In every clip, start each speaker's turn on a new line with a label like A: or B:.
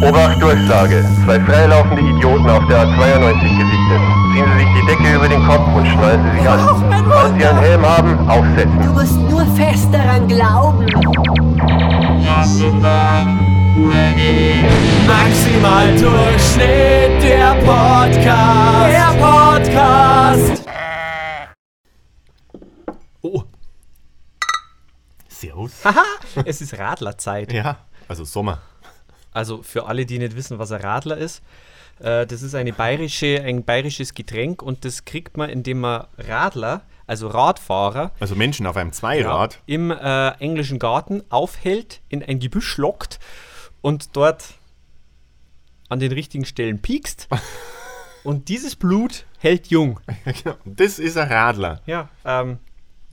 A: Obacht, Durchsage. Zwei freilaufende Idioten auf der A92 gesichtet. Ziehen Sie sich die Decke über den Kopf und schnallen Sie sich an.
B: Oh, mein Hund!
A: Falls Sie einen Helm haben, aufsetzen.
B: Du musst nur fest daran glauben.
C: Maximal Durchschnitt, der Podcast. Der Podcast.
D: Oh. Servus.
C: Haha, es ist Radlerzeit.
D: Ja, also Sommer.
C: Also für alle, die nicht wissen, was ein Radler ist, äh, das ist eine bayerische, ein bayerisches Getränk und das kriegt man, indem man Radler, also Radfahrer,
D: Also Menschen auf einem Zweirad.
C: im äh, englischen Garten aufhält, in ein Gebüsch lockt und dort an den richtigen Stellen piekst. und dieses Blut hält jung.
D: Genau. Das ist ein Radler.
C: Ja, ähm,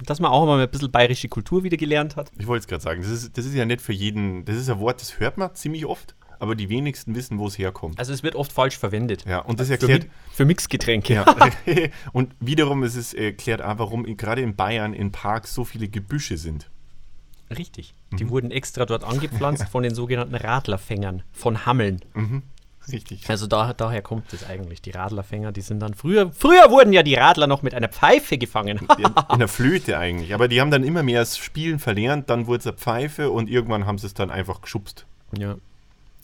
C: dass man auch mal ein bisschen bayerische Kultur wieder gelernt hat.
D: Ich wollte es gerade sagen, das ist, das ist ja nicht für jeden, das ist ein Wort, das hört man ziemlich oft, aber die wenigsten wissen, wo es herkommt.
C: Also es wird oft falsch verwendet.
D: Ja, und das
C: Für,
D: erklärt.
C: Mi- für Mixgetränke.
D: Ja. und wiederum ist es erklärt auch, warum in- gerade in Bayern in Parks so viele Gebüsche sind.
C: Richtig. Die
D: Mhm.
C: wurden extra dort angepflanzt von den sogenannten Radlerfängern, von Hammeln.
D: Richtig.
C: Also da, daher kommt es eigentlich. Die Radlerfänger, die sind dann früher, früher wurden ja die Radler noch mit einer Pfeife gefangen.
D: In, in der Flöte eigentlich. Aber die haben dann immer mehr das Spielen verlernt, dann wurde es eine Pfeife und irgendwann haben sie es dann einfach geschubst.
C: ja.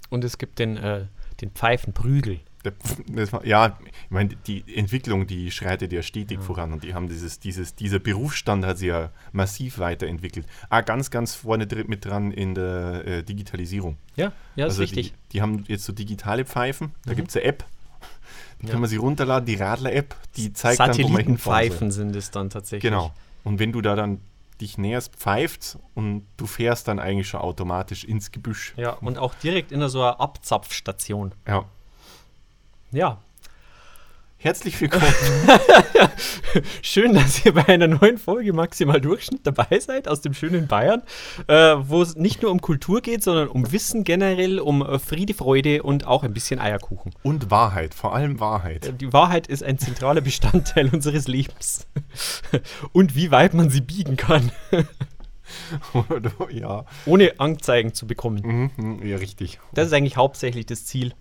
C: Und es gibt den, äh, den Pfeifenprügel.
D: Der Pf- Das war, ja, ich meine, die Entwicklung, die schreitet ja stetig voran und die haben dieses, dieses, dieser Berufsstand hat sich ja massiv weiterentwickelt. Ah, ganz, ganz vorne dr- mit dran in der äh, Digitalisierung.
C: Ja, ja, ist
D: also
C: richtig. Mhm.
D: Die, die haben jetzt so digitale Pfeifen, da gibt es eine App, die kann man sich runterladen, die Radler-App, die zeigt dann, wo man hinfahren soll.
C: Satellitenpfeifen sind es dann tatsächlich.
D: Genau. Und wenn du da dann dich näherst, pfeift und du fährst dann eigentlich schon automatisch ins Gebüsch.
C: Ja, und auch direkt in so einer Abzapfstation.
D: ja.
C: Ja,
D: Herzlich willkommen.
C: Schön, dass ihr bei einer neuen Folge Maximal Durchschnitt dabei seid aus dem schönen Bayern, äh, wo es nicht nur um Kultur geht, sondern um Wissen generell, um äh, Friede, Freude und auch ein bisschen Eierkuchen.
D: und Wahrheit, vor allem Wahrheit.
C: Äh, Die Wahrheit ist ein zentraler Bestandteil unseres Lebens. Und wie weit man sie biegen kann,
D: Oder- ja.
C: ohne Anzeigen zu bekommen.
D: Mhm, ja, richtig.
C: Das ist eigentlich hauptsächlich das Ziel.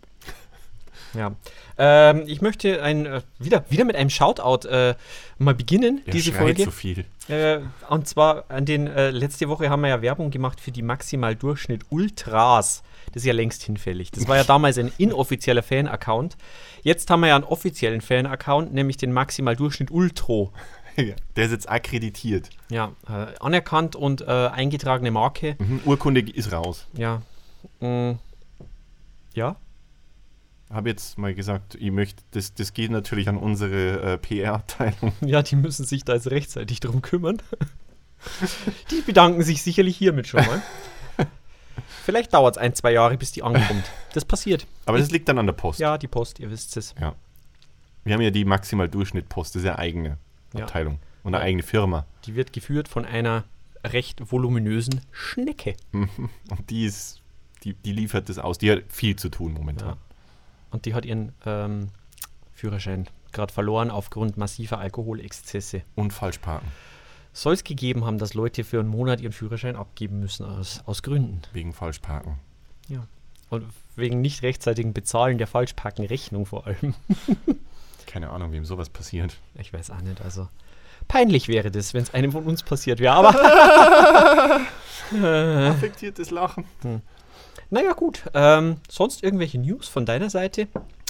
C: Ja. Ähm, ich möchte ein, äh, wieder, wieder mit einem Shoutout äh, mal beginnen,
D: Der
C: diese
D: schreit
C: Folge.
D: so viel.
C: Äh, und zwar an den äh, letzte Woche haben wir ja Werbung gemacht für die Maximal Durchschnitt Ultras. Das ist ja längst hinfällig. Das war ja damals ein inoffizieller Fan-Account. Jetzt haben wir ja einen offiziellen Fan-Account, nämlich den Maximal Durchschnitt Ultro.
D: Ja, Der ist jetzt akkreditiert.
C: Ja, äh, anerkannt und äh, eingetragene Marke.
D: Mhm, Urkunde ist raus.
C: Ja. Mm. Ja?
D: Habe jetzt mal gesagt, ich möchte, das, das geht natürlich an unsere äh, PR-Abteilung.
C: Ja, die müssen sich da jetzt rechtzeitig drum kümmern. Die bedanken sich sicherlich hiermit schon mal. Vielleicht dauert es ein, zwei Jahre, bis die ankommt. Das passiert.
D: Aber das liegt dann an der Post.
C: Ja, die Post, ihr wisst es.
D: Ja. Wir haben ja die Maximal-Durchschnitt-Post, das ist ja eigene
C: Ja.
D: Abteilung und eine eigene Firma.
C: Die wird geführt von einer recht voluminösen Schnecke.
D: Und die ist, die, die liefert das aus. Die hat viel zu tun momentan.
C: Und die hat ihren ähm, Führerschein gerade verloren aufgrund massiver Alkoholexzesse.
D: Und falsch parken,
C: Soll es gegeben haben, dass Leute für einen Monat ihren Führerschein abgeben müssen, aus, aus Gründen.
D: wegen falsch parken.
C: Ja. Und wegen nicht rechtzeitigen Bezahlen der Falschparkenrechnung vor allem.
D: Keine Ahnung, wem sowas passiert.
C: Ich weiß auch nicht, also. Peinlich wäre das, wenn es einem von uns passiert wäre, aber
D: Affektiertes Lachen.
C: naja, gut. Ähm, sonst irgendwelche News von deiner Seite?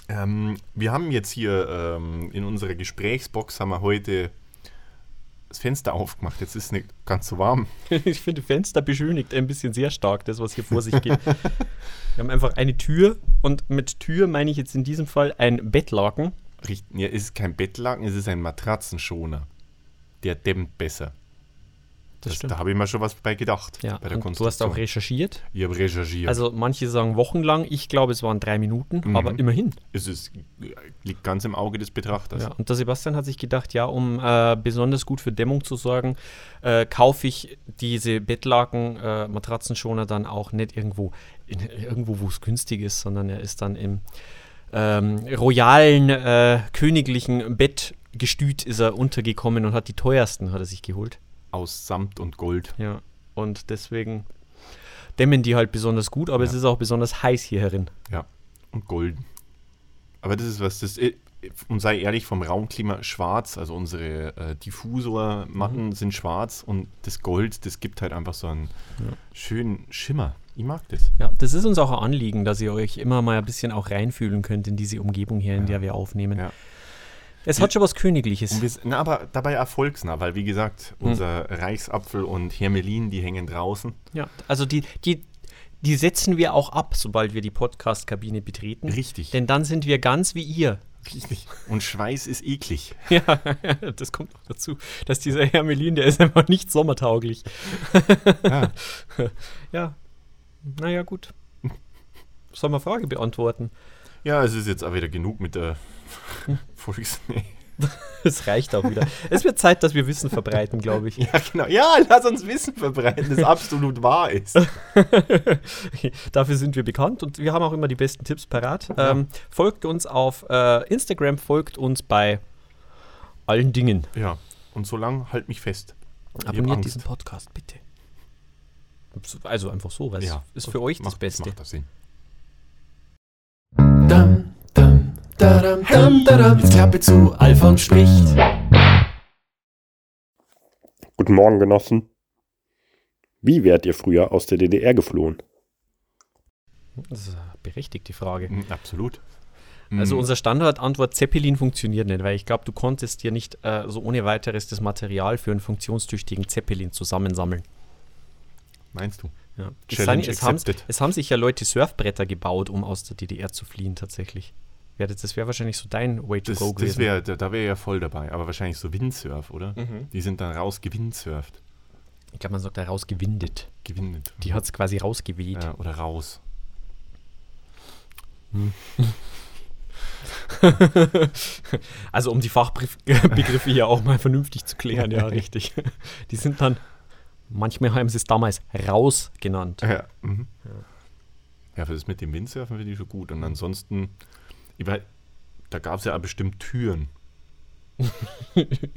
D: Ähm, wir haben jetzt hier ähm, in unserer Gesprächsbox haben wir heute das Fenster aufgemacht. Jetzt ist es nicht ganz so warm.
C: Ich finde, Fenster beschönigt ein bisschen sehr stark das, was hier vor sich geht. Wir haben einfach eine Tür und mit Tür meine ich jetzt in diesem Fall ein Bettlaken.
D: Richt- Ja, es ist kein Bettlaken, es ist ein Matratzenschoner. Der dämmt besser. Das da habe ich mir schon was bei gedacht.
C: Ja,
D: bei der
C: und du hast auch
D: Konstruktion.
C: recherchiert.
D: Ich habe recherchiert.
C: Also manche sagen wochenlang, ich glaube es waren drei Minuten,
D: Mhm.
C: aber immerhin.
D: es ist, liegt ganz im Auge des Betrachters.
C: Ja, und der Sebastian hat sich gedacht, ja, um äh, besonders gut für Dämmung zu sorgen, äh, kaufe ich diese Bettlaken, äh, Matratzenschoner dann auch nicht irgendwo, in, irgendwo, wo es günstig ist, sondern er ist dann im ähm, royalen, äh, königlichen Bettgestüt ist er untergekommen und hat die teuersten, hat er sich geholt.
D: Aus Samt und Gold.
C: Ja, und deswegen, dämmen die halt besonders gut, aber es ist auch besonders heiß hier herin.
D: Ja, und golden. Aber das ist was, das i- und sei ehrlich, vom Raumklima schwarz, also unsere äh, Diffusormatten sind schwarz und das Gold, das gibt halt einfach so einen schönen Schimmer. Ich mag das.
C: Ja, das ist uns auch ein Anliegen, dass ihr euch immer mal ein bisschen auch reinfühlen könnt in diese Umgebung hier, in der wir aufnehmen.
D: Ja.
C: Es hat schon was
D: Und
C: Königliches.
D: wir, s- na, aber dabei erfolgsnah, weil wie gesagt, unser Reichsapfel und Hermelin, die hängen draußen.
C: Ja, also die, die, die setzen wir auch ab, sobald wir die Podcast-Kabine betreten.
D: Richtig.
C: Denn dann sind wir ganz wie ihr.
D: Richtig. Und Schweiß ist eklig.
C: Ja, das kommt noch dazu, dass dieser Hermelin, der ist einfach nicht sommertauglich.
D: Ja.
C: Ja, naja, gut. Sollen wir Frage beantworten?
D: ja, es ist jetzt auch wieder genug mit der Volksnähe.
C: Es reicht auch wieder. Es wird Zeit, dass wir Wissen verbreiten, glaube ich.
D: Ja, genau. Ja, lass uns Wissen verbreiten, das absolut wahr ist.
C: Dafür sind wir bekannt und wir haben auch immer die besten Tipps parat. Ähm, folgt uns auf äh, Instagram, folgt uns bei allen Dingen.
D: Ja, und solange halt mich fest. Ich hab
C: Abonniert
D: Angst.
C: diesen Podcast, bitte. Also einfach so, weil
D: Ja.
C: es ist für euch das
D: Macht-
C: Beste.
D: Macht das Sinn.
E: Dam, dam, dadam, dam, dadam. Jetzt Klappe zu, Alfons spricht.
F: Guten Morgen, Genossen. Wie wärt ihr früher aus der DDR geflohen?
C: Das ist eine berechtigte Frage.
D: Mhm, Absolut.
C: Also
D: Mhm.
C: unsere Standardantwort Zeppelin funktioniert nicht, weil ich glaube, du konntest dir nicht äh, so ohne weiteres das Material für einen funktionstüchtigen Zeppelin zusammensammeln.
D: Meinst du?
C: Ja. Es,
D: Challenge
C: sind- es, haben,
D: accepted.
C: es haben sich ja Leute Surfbretter gebaut, um aus der DDR zu fliehen tatsächlich. Ja, das das wäre wahrscheinlich so dein Way to
D: Das,
C: go
D: das
C: gewesen.
D: wär, da da wäre ja voll dabei. Aber wahrscheinlich so Windsurf, oder?
C: Mhm.
D: Die sind dann raus gewindsurft.
C: ich glaube, man sagt da rausgewindet.
D: Gewindet.
C: Die hat es quasi rausgeweht.
D: Mhm. ja, äh, Oder raus.
C: Also um die Fachbegriffe hier auch mal vernünftig zu klären, ja, richtig. Die sind dann, manchmal haben sie es damals raus genannt.
D: Ja. Mhm. ja, für das mit dem Windsurfen finde ich schon gut. Und ansonsten, ich weiß, da gab es ja auch bestimmt Türen.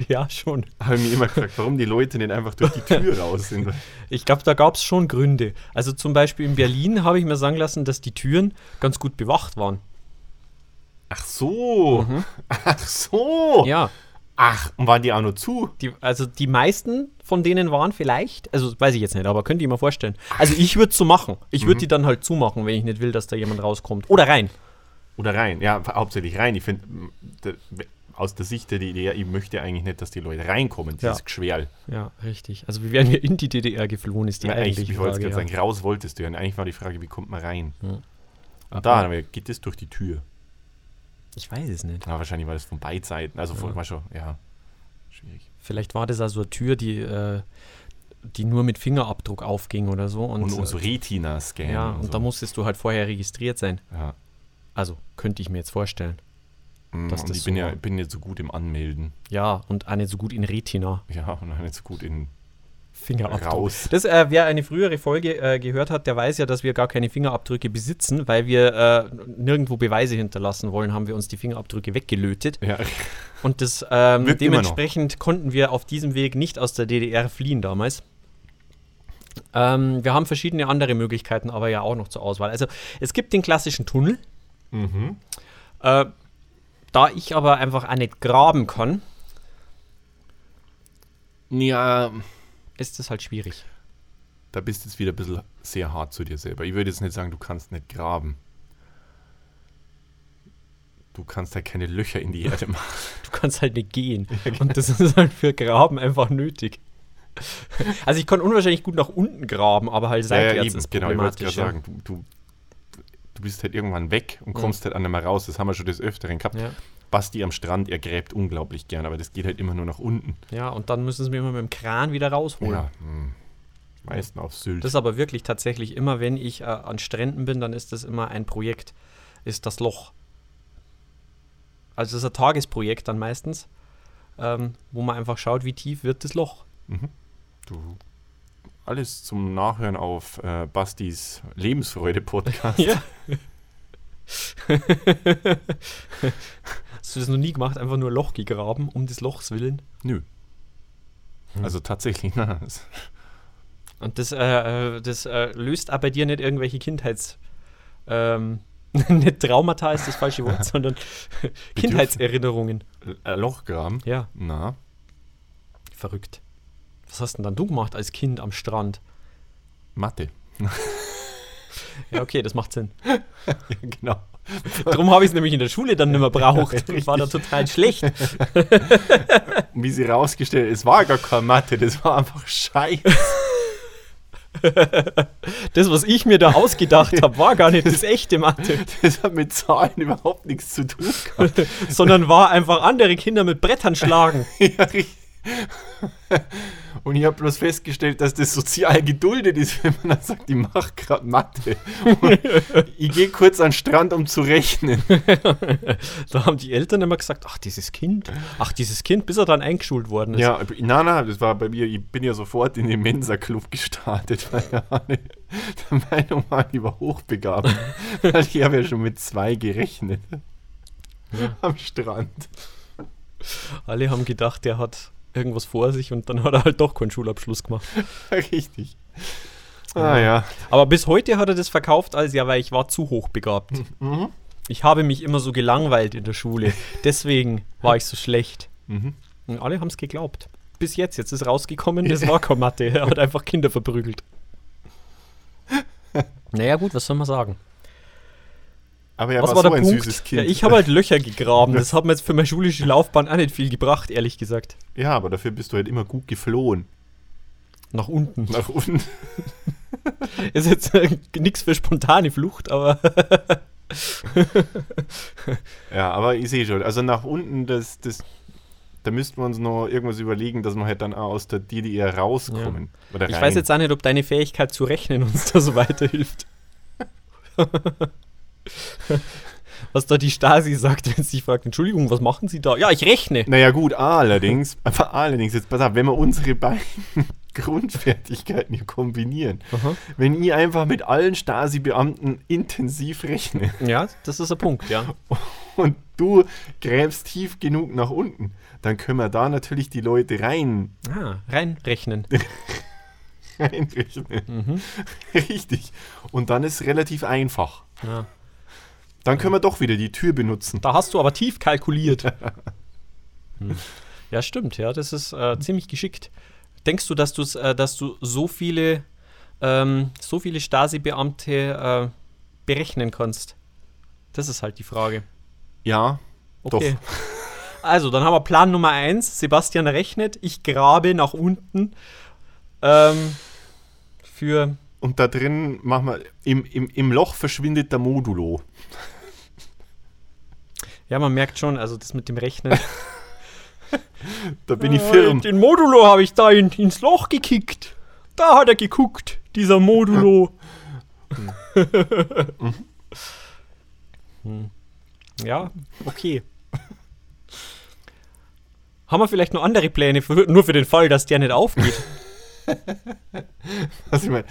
C: Ja, schon.
D: Habe ich mir immer gefragt, warum die Leute denn einfach durch die Tür raus sind.
C: Ich glaube, da gab es schon Gründe. Also zum Beispiel in Berlin habe ich mir sagen lassen, dass die Türen ganz gut bewacht waren.
D: Ach so. Ach so.
C: Mhm. Ja,
D: Ach, und waren die auch nur zu?
C: die, also die meisten von denen waren vielleicht, also weiß ich jetzt nicht, aber könnt ihr mir vorstellen. Also ich würde es so machen. Ich würde die dann halt zumachen, wenn ich nicht will, dass da jemand rauskommt. Oder rein.
D: Oder rein, ja, hauptsächlich rein. Ich finde, aus der Sicht der DDR, ich möchte eigentlich nicht, dass die Leute reinkommen, dieses
C: Ja.
D: Geschwerl.
C: Ja, richtig. Also wie wären wir in die DDR geflohen, ist die
D: Ja, eigentlich,
C: eigentliche
D: ich wollte
C: Frage.
D: es gerade
C: Ja.
D: sagen, raus wolltest du ja. Und eigentlich war die Frage, wie kommt man rein? Und da haben wir, geht es durch die Tür?
C: Ich weiß es nicht.
D: Ja, wahrscheinlich war das von beiden Seiten, also von mal schon, ja, schwierig.
C: Vielleicht war das also eine Tür, die, äh, die nur mit Fingerabdruck aufging oder so. Und,
D: Und, und
C: äh,
D: so Retina-Scan.
C: ja, und
D: so.
C: da musstest du halt vorher registriert sein.
D: Ja.
C: Also könnte ich mir jetzt vorstellen.
D: Mm,
C: dass
D: und
C: das
D: ich bin
C: so-
D: ja bin nicht so gut im Anmelden.
C: Ja, und auch nicht so gut in Retina.
D: Ja, und auch nicht so gut in
C: Fingerabdruck.
D: Raus.
C: Das, äh, wer eine frühere Folge äh, gehört hat, der weiß ja, dass wir gar keine Fingerabdrücke besitzen, weil wir äh, nirgendwo Beweise hinterlassen wollen, haben wir uns die Fingerabdrücke weggelötet.
D: ja,
C: Und das ähm,
D: Wirkt immer noch.
C: dementsprechend konnten wir auf diesem Weg nicht aus der DDR fliehen damals. Ähm, wir haben verschiedene andere Möglichkeiten, aber ja auch noch zur Auswahl. Also es gibt den klassischen Tunnel.
D: Mhm.
C: Äh, da ich aber einfach auch nicht graben kann,
D: ja,
C: ist das halt schwierig.
D: da bist du jetzt wieder ein bisschen sehr hart zu dir selber. Ich würde jetzt nicht sagen, du kannst nicht graben. Du kannst halt keine Löcher in die Erde machen.
C: Du kannst halt nicht gehen. Und das ist halt für Graben einfach nötig. Also ich kann unwahrscheinlich gut nach unten graben, aber halt seitwärts ist
D: genau, ich wollte gerade
C: problematisch. ja.
D: sagen, du, du, du bist halt irgendwann weg und kommst halt an dem mal raus. Das haben wir schon des Öfteren gehabt.
C: Ja.
D: Basti am Strand, er gräbt unglaublich gern, aber das geht halt immer nur nach unten.
C: ja, und dann müssen sie mir immer mit dem Kran wieder rausholen.
D: hm. Meistens auf Sylt.
C: Das ist aber wirklich tatsächlich immer, wenn ich äh, an Stränden bin, dann ist das immer ein Projekt, ist das Loch. Also es ist ein Tagesprojekt dann meistens, ähm, wo man einfach schaut, wie tief wird das Loch.
D: du, alles zum Nachhören auf äh, Bastis Lebensfreude-Podcast.
C: Ja. Hast du das noch nie gemacht? Einfach nur Loch gegraben, um des Lochs willen?
D: Nö. Also tatsächlich, na, es-
C: Und das, äh, äh, das äh, löst aber bei dir nicht irgendwelche Kindheits... Ähm, nicht Traumata ist das falsche Wort, sondern Kindheitserinnerungen.
D: Äh, Lochgraben?
C: Ja,
D: Na,
C: verrückt. Was hast denn dann du gemacht als Kind am Strand?
D: Mathe.
C: Ja, okay, das macht Sinn.
D: genau.
C: Drum habe ich es nämlich in der Schule dann nicht mehr braucht. Ich war da total schlecht.
D: Und wie sie rausgestellt, es war gar keine Mathe, das war einfach Scheiße.
C: Das, was ich mir da ausgedacht habe, war gar nicht das echte Mathe,
D: Das hat mit Zahlen überhaupt nichts zu tun gehabt.
C: sondern war einfach andere Kinder mit Brettern schlagen.
D: Ja, richtig. Und ich habe bloß festgestellt, dass das sozial geduldet ist, wenn man dann sagt, ich mache gerade Mathe. Und ich gehe kurz an den Strand, um zu rechnen.
C: Da haben die Eltern immer gesagt, ach, dieses Kind, ach, dieses Kind, bis er dann eingeschult worden ist.
D: Ja, na, na, das war bei mir, ich bin ja sofort in den Mensa-Club gestartet, weil ich der Meinung war, ich war hochbegabt. Weil ich habe ja schon mit zwei gerechnet. Am Strand.
C: Alle haben gedacht, der hat irgendwas vor sich und dann hat er halt doch keinen Schulabschluss gemacht.
D: Richtig. Ah ja.
C: Aber bis heute hat er das verkauft als, ja, weil ich war zu hochbegabt.
D: Mhm.
C: Ich habe mich immer so gelangweilt in der Schule. Deswegen war ich so schlecht.
D: Mhm.
C: Und alle haben es geglaubt. Bis jetzt, jetzt ist rausgekommen, das war keine Mathe. Er hat einfach Kinder verprügelt. Naja gut, was soll man sagen?
D: Aber er
C: Was
D: war,
C: war
D: so
C: der
D: ein
C: Punkt?
D: süßes Kind.
C: Ja, ich habe halt Löcher gegraben. Das hat mir jetzt für meine schulische Laufbahn auch nicht viel gebracht, ehrlich gesagt.
D: ja, aber dafür bist du halt immer gut geflohen.
C: Nach unten.
D: Nach unten.
C: Ist jetzt nichts für spontane Flucht, aber
D: Ja, aber ich sehe schon. Also nach unten, das, das, da müssten wir uns noch irgendwas überlegen, dass wir halt dann auch aus der DDR rauskommen. Oder
C: ich
D: rein.
C: weiß jetzt auch nicht, ob deine Fähigkeit zu rechnen uns da so weiterhilft. was da die Stasi sagt, wenn sie fragt, Entschuldigung, was machen Sie da? Ja, ich rechne.
D: Naja, gut, allerdings, aber allerdings, jetzt pass auf, wenn wir unsere beiden Grundfertigkeiten hier kombinieren, wenn ich einfach mit allen Stasi-Beamten intensiv rechne
C: Ja, das ist ein Punkt, ja.
D: und du gräbst tief genug nach unten, dann können wir da natürlich die Leute rein
C: Ah, reinrechnen.
D: einrechnen.
C: Mhm.
D: Richtig. Und dann ist relativ einfach.
C: Ja.
D: Dann können wir doch wieder die Tür benutzen.
C: Da hast du aber tief kalkuliert. Hm. Ja, stimmt, ja, das ist äh, ziemlich geschickt. Denkst du, dass, du's, äh, dass du so viele, ähm, so viele Stasi-Beamte äh, berechnen kannst? Das ist halt die Frage.
D: Ja,
C: Okay. Also, dann haben wir Plan Nummer 1. Sebastian rechnet, ich grabe nach unten. Ähm, für.
D: Und da drin machen wir, im, im, im Loch verschwindet der Modulo.
C: Ja, man merkt schon, also das mit dem Rechnen.
D: Da bin ich
C: Oh,
D: firm.
C: Den Modulo habe ich da in, ins Loch gekickt. Da hat er geguckt, dieser Modulo. Mhm. Hm. Ja, okay. Haben wir vielleicht noch andere Pläne, für, nur für den Fall, dass der nicht aufgeht?
D: Also ich mein,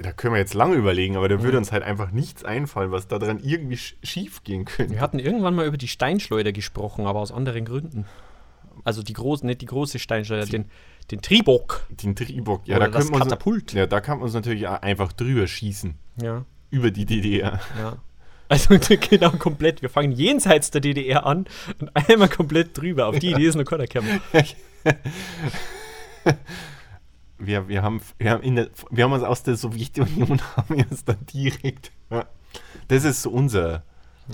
D: da können wir jetzt lange überlegen, aber da würde uns halt einfach nichts einfallen, was da dran irgendwie sch schief gehen könnte.
C: Wir hatten irgendwann mal über die Steinschleuder gesprochen, aber aus anderen Gründen. Also die große, nicht die große Steinschleuder, den, den Triebock.
D: Den Triebock, ja,
C: Oder
D: da
C: das
D: können wir uns,
C: Katapult.
D: Ja, da kann man uns natürlich auch einfach drüber schießen.
C: Ja,
D: Über die DDR.
C: ja. Also genau komplett. Wir fangen jenseits der DDR an und einmal komplett drüber. Auf die Idee ist nur keiner gekommen.
D: Wir, wir, haben, wir, haben in der, wir haben uns aus der Sowjetunion haben wir uns dann direkt. Ja. Das ist so unser,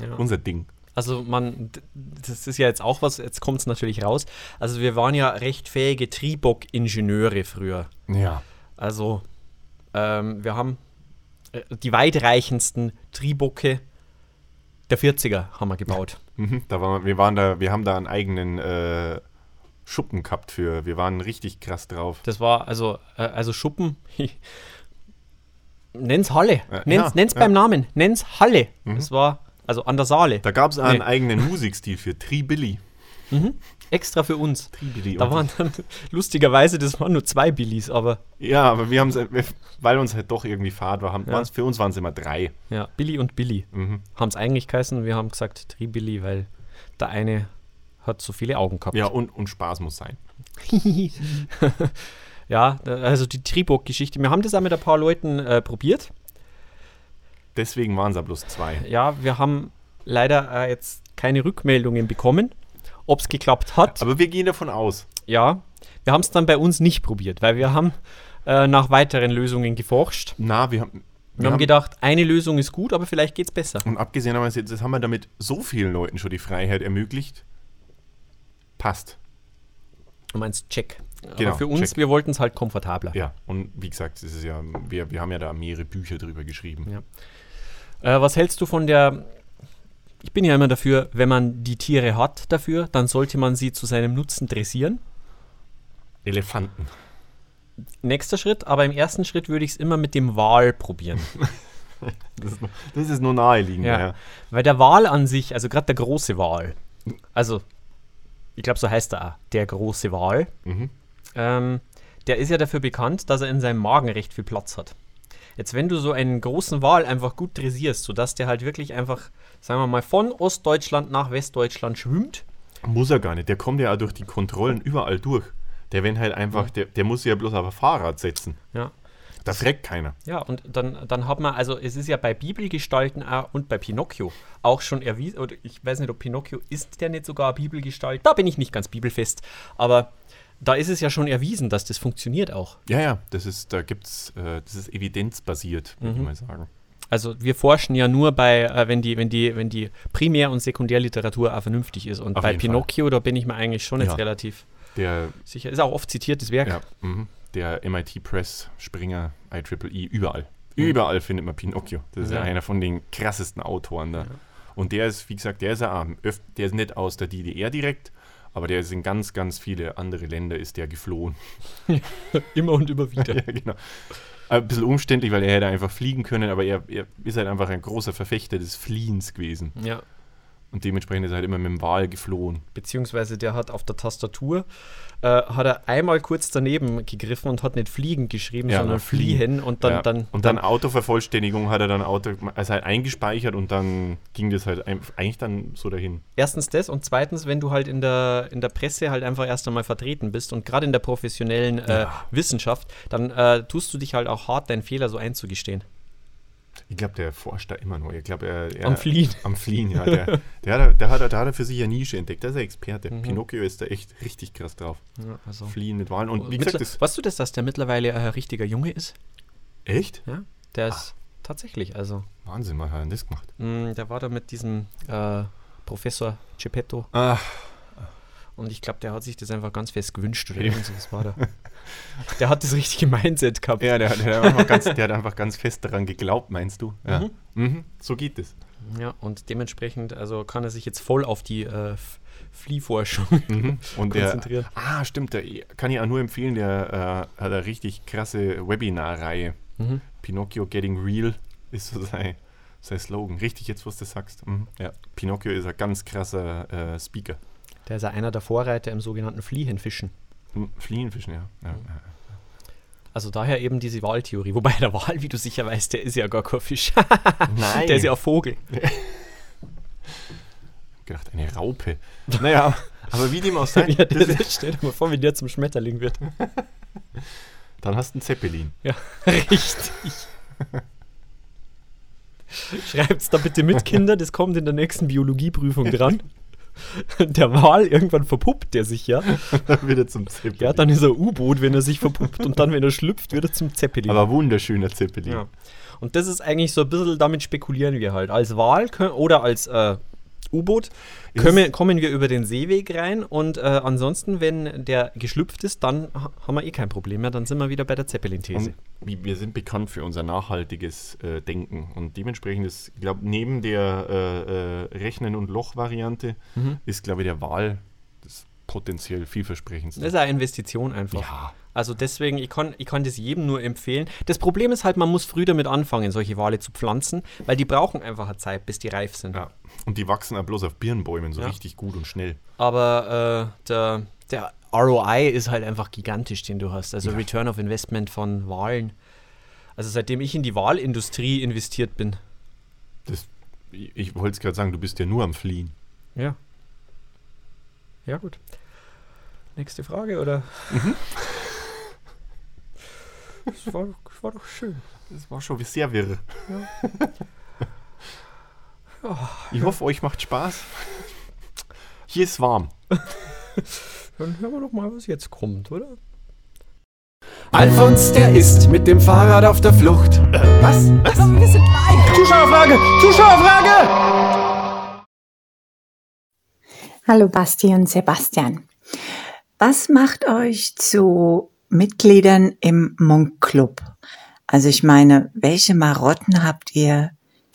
C: Ja.
D: unser Ding.
C: Also man, d- das ist ja jetzt auch was, jetzt kommt es natürlich raus. Also wir waren ja recht fähige Triebock-Ingenieure früher.
D: Ja.
C: Also, ähm, wir haben äh, die weitreichendsten Triebocke der 40er haben wir gebaut.
D: Mhm, da waren wir, wir waren da, wir haben da einen eigenen äh, Schuppen gehabt für. Wir waren richtig krass drauf.
C: Das war also, äh, also Schuppen. nenn's Halle.
D: Ja,
C: Nenn's,
D: ja,
C: nenn's
D: ja. Mhm.
C: beim Namen. Nenn's Halle. Das war also an der Saale.
D: Da gab es auch
C: Nee.
D: einen eigenen Musikstil für Tribilly.
C: Extra für uns.
D: Tribilly
C: Da waren dann lustigerweise, das waren nur zwei Billies, aber
D: Ja, aber wir haben es, weil uns halt doch irgendwie fad war, haben, waren's, für uns waren es immer drei.
C: ja, Billy und Billy
D: Mhm.
C: haben's eigentlich geheißen. Wir haben gesagt Tri-Billy, weil der eine hat so viele Augen gehabt.
D: Ja, und, und Spaß muss sein.
C: Ja, da- also die Triburg-Geschichte. Wir haben das auch mit ein paar Leuten äh, probiert.
D: Deswegen waren es ja bloß zwei.
C: Ja, wir haben leider äh, jetzt keine Rückmeldungen bekommen, ob es geklappt hat.
D: Aber wir gehen davon aus.
C: ja, wir haben es dann bei uns nicht probiert, weil wir haben äh, nach weiteren Lösungen geforscht.
D: Na, wir haben.
C: Wir haben gedacht, eine Lösung ist gut, aber vielleicht geht's besser.
D: und abgesehen haben wir jetzt, jetzt haben wir damit so vielen Leuten schon die Freiheit ermöglicht. Passt.
C: Du meinst check.
D: Genau,
C: aber für uns,
D: check.
C: wir wollten es halt komfortabler.
D: Ja. Und wie gesagt, es ist ja, wir, wir haben ja da mehrere Bücher drüber geschrieben.
C: Ja. Äh, was hältst du von der? Ich bin ja immer dafür, wenn man die Tiere hat dafür, dann sollte man sie zu seinem Nutzen dressieren.
D: Elefanten.
C: Nächster Schritt, aber im ersten Schritt würde ich es immer mit dem Wal probieren.
D: Das ist, das ist nur naheliegend.
C: Ja.
D: ja.
C: Weil der Wal an sich, also gerade der große Wal, also ich glaube, so heißt er auch, der große Wal, ähm, der ist ja dafür bekannt, dass er in seinem Magen recht viel Platz hat. Jetzt, wenn du so einen großen Wal einfach gut dressierst, sodass der halt wirklich einfach, sagen wir mal, von Ostdeutschland nach Westdeutschland schwimmt,
D: Muss er gar nicht. Der kommt ja auch durch die Kontrollen überall durch. Der wenn halt einfach, der, der muss sich ja bloß auf ein Fahrrad setzen.
C: ja,
D: Das reckt keiner.
C: Ja, und dann, dann hat man, also es ist ja bei Bibelgestalten auch und bei Pinocchio auch schon erwiesen, oder ich weiß nicht, ob Pinocchio ist der nicht sogar eine Bibelgestalt, da bin ich nicht ganz bibelfest, aber da ist es ja schon erwiesen, dass das funktioniert auch.
D: Ja, ja, das ist, da gibt's, äh, das ist evidenzbasiert, würde
C: Mhm.
D: ich mal sagen.
C: Also wir forschen ja nur bei, äh, wenn die, wenn die, wenn die Primär- und Sekundärliteratur auch vernünftig ist. Und
D: Auf
C: bei
D: jeden Fall.
C: Pinocchio, da bin ich mir eigentlich schon jetzt
D: Ja.
C: relativ
D: Der,
C: sicher. Ist auch oft zitiertes Werk.
D: ja, mhm. der MIT Press Springer IEEE, E, überall. Überall findet man Pinocchio. Das ist ja,
C: Ja.
D: einer von den krassesten Autoren da. Und der ist, wie gesagt, der ist ja arm. Öf der ist nicht aus der DDR direkt, aber der ist in ganz, ganz viele andere Länder ist der geflohen.
C: Immer und immer wieder.
D: Ja, genau. Ein bisschen umständlich, weil er hätte einfach fliegen können, aber er, er ist halt einfach ein großer Verfechter des Fliehens gewesen.
C: ja.
D: Und dementsprechend ist er halt immer mit dem Wal geflohen.
C: beziehungsweise der hat auf der Tastatur, äh, hat er einmal kurz daneben gegriffen und hat nicht fliegen geschrieben,
D: Ja,
C: sondern
D: aber fliehen.
C: fliehen und dann,
D: ja.
C: dann,
D: und dann Autovervollständigung hat er dann Auto, also halt eingespeichert und dann ging das halt ein- eigentlich dann so dahin.
C: erstens das und zweitens, wenn du halt in der, in der Presse halt einfach erst einmal vertreten bist und gerade in der professionellen äh, Wissenschaft, dann äh, tust du dich halt auch hart, deinen Fehler so einzugestehen.
D: Ich glaube, der forscht da immer noch. Ich glaube, er, er
C: Am Fliehen.
D: Am Fliehen, ja. Der, der, hat, der, hat, er- der hat er für sich eine Nische entdeckt. Der ist ein Experte. Pinocchio ist da echt richtig krass drauf.
C: also.
D: Fliehen mit Wahlen. Und wie
C: Mittler-
D: gesagt, das,
C: weißt du das, dass der mittlerweile ein richtiger Junge ist?
D: echt?
C: Ja,
D: Ah.
C: der ist tatsächlich, also
D: Wahnsinn, was hat er denn das gemacht?
C: mh, der war da mit diesem äh, Professor Geppetto
D: Ah,
C: Und ich glaube, der hat sich das einfach ganz fest gewünscht oder irgend sowas war da. Der hat das richtige Mindset gehabt.
D: Ja, der, hat- der, hat einfach ganz, der hat einfach ganz fest daran geglaubt, meinst du? Ja. Mhm. So geht es.
C: Ja, und dementsprechend, also kann er sich jetzt voll auf die äh, F- Fliehforschung.
D: Mhm. Und der,
C: Konzentriert.
D: ah, stimmt, der kann ich auch nur empfehlen, der äh, hat eine richtig krasse Webinar-Reihe.
C: Mhm.
D: Pinocchio Getting Real ist so sein, sein Slogan. Richtig, jetzt, was du sagst. Mhm. Ja. Pinocchio ist ein ganz krasser äh, Speaker.
C: Der ist ja einer der Vorreiter im sogenannten Fliehenfischen.
D: Hm, Fliehenfischen, ja. ja.
C: Also daher eben diese Waltheorie. Wobei der Wal, wie du sicher weißt, der ist ja gar kein Fisch.
D: Nein.
C: Der ist ja ein Vogel.
D: Ich hab gedacht, eine Raupe. Naja, aber wie dem auch sei,
C: Ja, der,
D: das,
C: stell dir mal vor, wie der zum Schmetterling wird.
D: dann hast du einen Zeppelin.
C: Ja, richtig. Schreibt's da bitte mit, Kinder, das kommt in der nächsten Biologieprüfung dran. Der Wal, irgendwann verpuppt der sich ja.
D: Dann wieder zum Zeppelin.
C: Ja, dann ist er U-Boot, wenn er sich verpuppt und dann, wenn er schlüpft, wird er zum Zeppelin.
D: aber wunderschöner Zeppelin.
C: ja. Und das ist eigentlich so ein bisschen, damit spekulieren wir halt. Als Wal kö- oder als äh, U-Boot
D: Ist
C: können
D: es-
C: wir- kommen wir über den Seeweg rein und äh, ansonsten, wenn der geschlüpft ist, dann ha- haben wir eh kein Problem mehr. Dann sind wir wieder bei der Zeppelin-These.
D: Und wie- wir sind bekannt für unser nachhaltiges äh, Denken und dementsprechend ist, ich glaube, neben der äh, äh, Rechnen- und Loch-Variante ist, glaube ich, der Wahl das potenziell vielversprechendste.
C: Das ist eine Investition einfach.
D: Ja.
C: Also deswegen, ich kann, ich kann das jedem nur empfehlen. Das Problem ist halt, man muss früh damit anfangen, solche Wale zu pflanzen, weil die brauchen einfach eine Zeit, bis die reif sind.
D: ja. Und die wachsen auch bloß auf Birnbäumen so
C: Ja.
D: richtig gut und schnell.
C: Aber äh, der, der ROI ist halt einfach gigantisch, den du hast. Also Return of Investment von Wahlen. Also seitdem ich in die Wahlindustrie investiert bin.
D: Das, ich ich wollte es gerade sagen, du bist ja nur am Fliehen.
C: Ja. Mhm. Ja, gut. Nächste Frage, oder? Das war, das war doch schön.
D: Das war schon sehr wirr. Oh. Ich hoffe, euch macht Spaß. Hier ist warm.
C: Dann hören wir doch mal, was jetzt kommt, oder?
E: Alfons, der ist mit dem Fahrrad auf der Flucht. was?
B: Aber wir sind live.
E: Zuschauerfrage! Zuschauerfrage!
G: Hallo Basti und Sebastian. Was macht euch zu Mitgliedern im Munkclub? Also ich meine, welche Marotten habt ihr,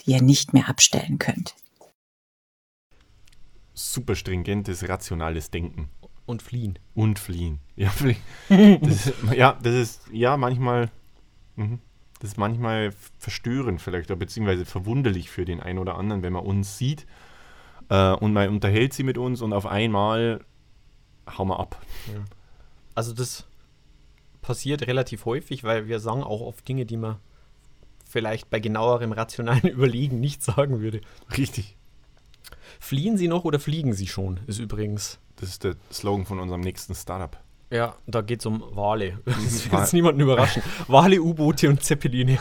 G: die ihr nicht mehr abstellen könnt?
D: Super stringentes, rationales Denken.
C: Und fliehen.
D: Und fliehen. Ja, fliehen. Das ist, ja, das ist, ja, manchmal, mhm. das ist manchmal verstörend vielleicht, oder beziehungsweise verwunderlich für den einen oder anderen, wenn man uns sieht äh, und man unterhält sie mit uns und auf einmal hauen wir ab.
C: Also das passiert relativ häufig, weil wir sagen auch oft Dinge, die man vielleicht bei genauerem rationalen Überlegen nicht sagen würde.
D: Richtig.
C: Fliehen Sie noch oder fliegen Sie schon, ist übrigens.
D: Das ist der Slogan von unserem nächsten Startup.
C: Ja, da geht es um Wale. Das wird
D: Wal-
C: jetzt niemanden überraschen. Wale, U-Boote und Zeppeline.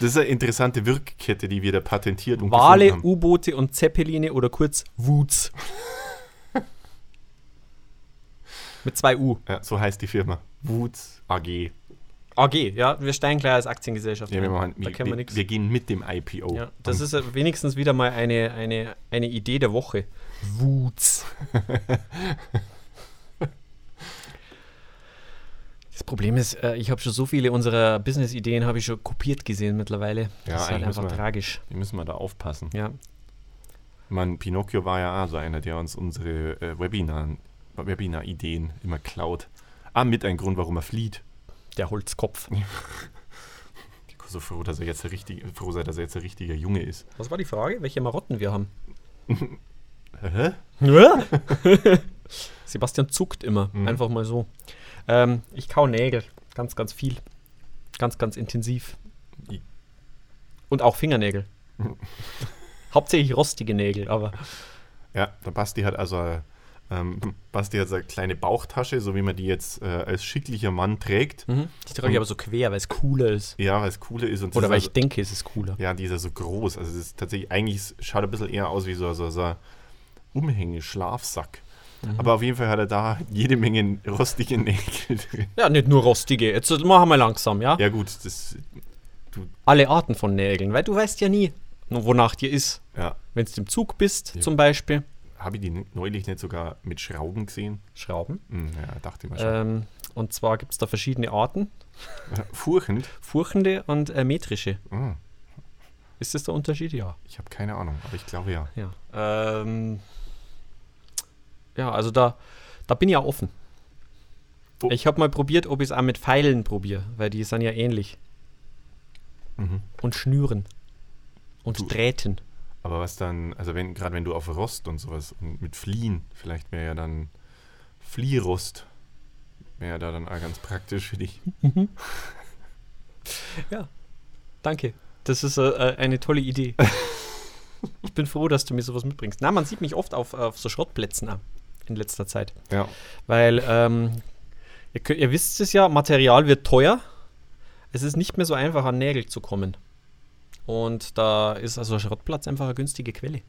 D: Das ist eine interessante Wirkkette, die wir da patentiert und
C: Wale,
D: gefunden haben.
C: U-Boote und Zeppeline oder kurz Woods. Mit zwei U.
D: Ja, so heißt die Firma. Woods AG.
C: AG, ja, wir steigen gleich als Aktiengesellschaft.
D: Ja, wir,
C: ein.
D: machen,
C: da
D: wir,
C: kennen wir
D: wir,
C: nichts.
D: wir gehen mit dem IPO.
C: Ja, das ist ja wenigstens wieder mal eine, eine, eine Idee der Woche. Wutz. Das Problem ist, äh, ich habe schon so viele unserer Business-Ideen habe ich schon kopiert gesehen mittlerweile. Das
D: Ja,
C: ist halt
D: eigentlich
C: einfach
D: müssen wir-
C: tragisch.
D: Wir müssen mal da aufpassen.
C: Ja.
D: Man, Pinocchio war ja auch so einer, der uns unsere äh, Webinar- Webinar-Ideen immer klaut. Ah, mit ein Grund, warum er flieht.
C: Der Holzkopf.
D: Ich bin so froh, dass er jetzt ein richtig, froh sei, dass er jetzt ein richtiger Junge ist.
C: Was war die Frage? Welche Marotten wir haben?
D: Hä?
C: Sebastian zuckt immer. Einfach mal so. Ähm, ich kau Nägel. Ganz, ganz viel. Ganz, ganz intensiv.
D: I-
C: Und auch Fingernägel. Hauptsächlich rostige Nägel, aber
D: Ja, der Basti hat also ähm, Basti hat so eine kleine Bauchtasche, so wie man die jetzt äh, als schicklicher Mann trägt.
C: Mhm. die trage ich aber so quer, weil es cooler ist.
D: Ja, weil es cooler ist. Und das
C: Oder
D: ist
C: weil
D: also,
C: ich denke, es ist cooler.
D: Ja, die ist ja so groß. Also es ist tatsächlich, eigentlich s- schaut er ein bisschen eher aus wie so, so, so ein Umhängeschlafsack.
C: Mhm.
D: Aber auf jeden Fall hat er da jede Menge rostige Nägel drin.
C: Ja, nicht nur rostige. Jetzt machen wir langsam, ja?
D: Ja gut, das,
C: Alle Arten von Nägeln, weil du weißt ja nie, nur wonach dir ist.
D: ja,
C: Wenn du im Zug bist, zum Beispiel.
D: habe ich die n- neulich nicht sogar mit Schrauben gesehen?
C: Schrauben.
D: Hm, ja, dachte ich mir schon.
C: Ähm, und zwar gibt es da verschiedene Arten.
D: Furchend?
C: Furchende und äh, metrische.
D: Hm,
C: Ist das der Unterschied? Ja.
D: ich habe keine Ahnung, aber ich glaube ja.
C: Ja, ähm, ja also da, da bin ich ja offen.
D: Oh.
C: Ich habe mal probiert, ob ich es auch mit Pfeilen probiere, weil die sind ja ähnlich. Und Schnüren. Und Drähten.
D: Aber was dann, also wenn, gerade wenn du auf Rost und sowas und mit Fliehen, vielleicht wäre ja dann Fliehrost. Wäre ja da dann auch ganz praktisch für dich.
C: Danke. Das ist äh, äh, eine tolle Idee. ich bin froh, dass du mir sowas mitbringst. Na, man sieht mich oft auf, auf so Schrottplätzen an in letzter Zeit.
D: Ja.
C: Weil ähm, ihr, könnt, ihr wisst es ja, Material wird teuer. Es ist nicht mehr so einfach, an Nägel zu kommen. Und da ist also Schrottplatz einfach eine günstige Quelle.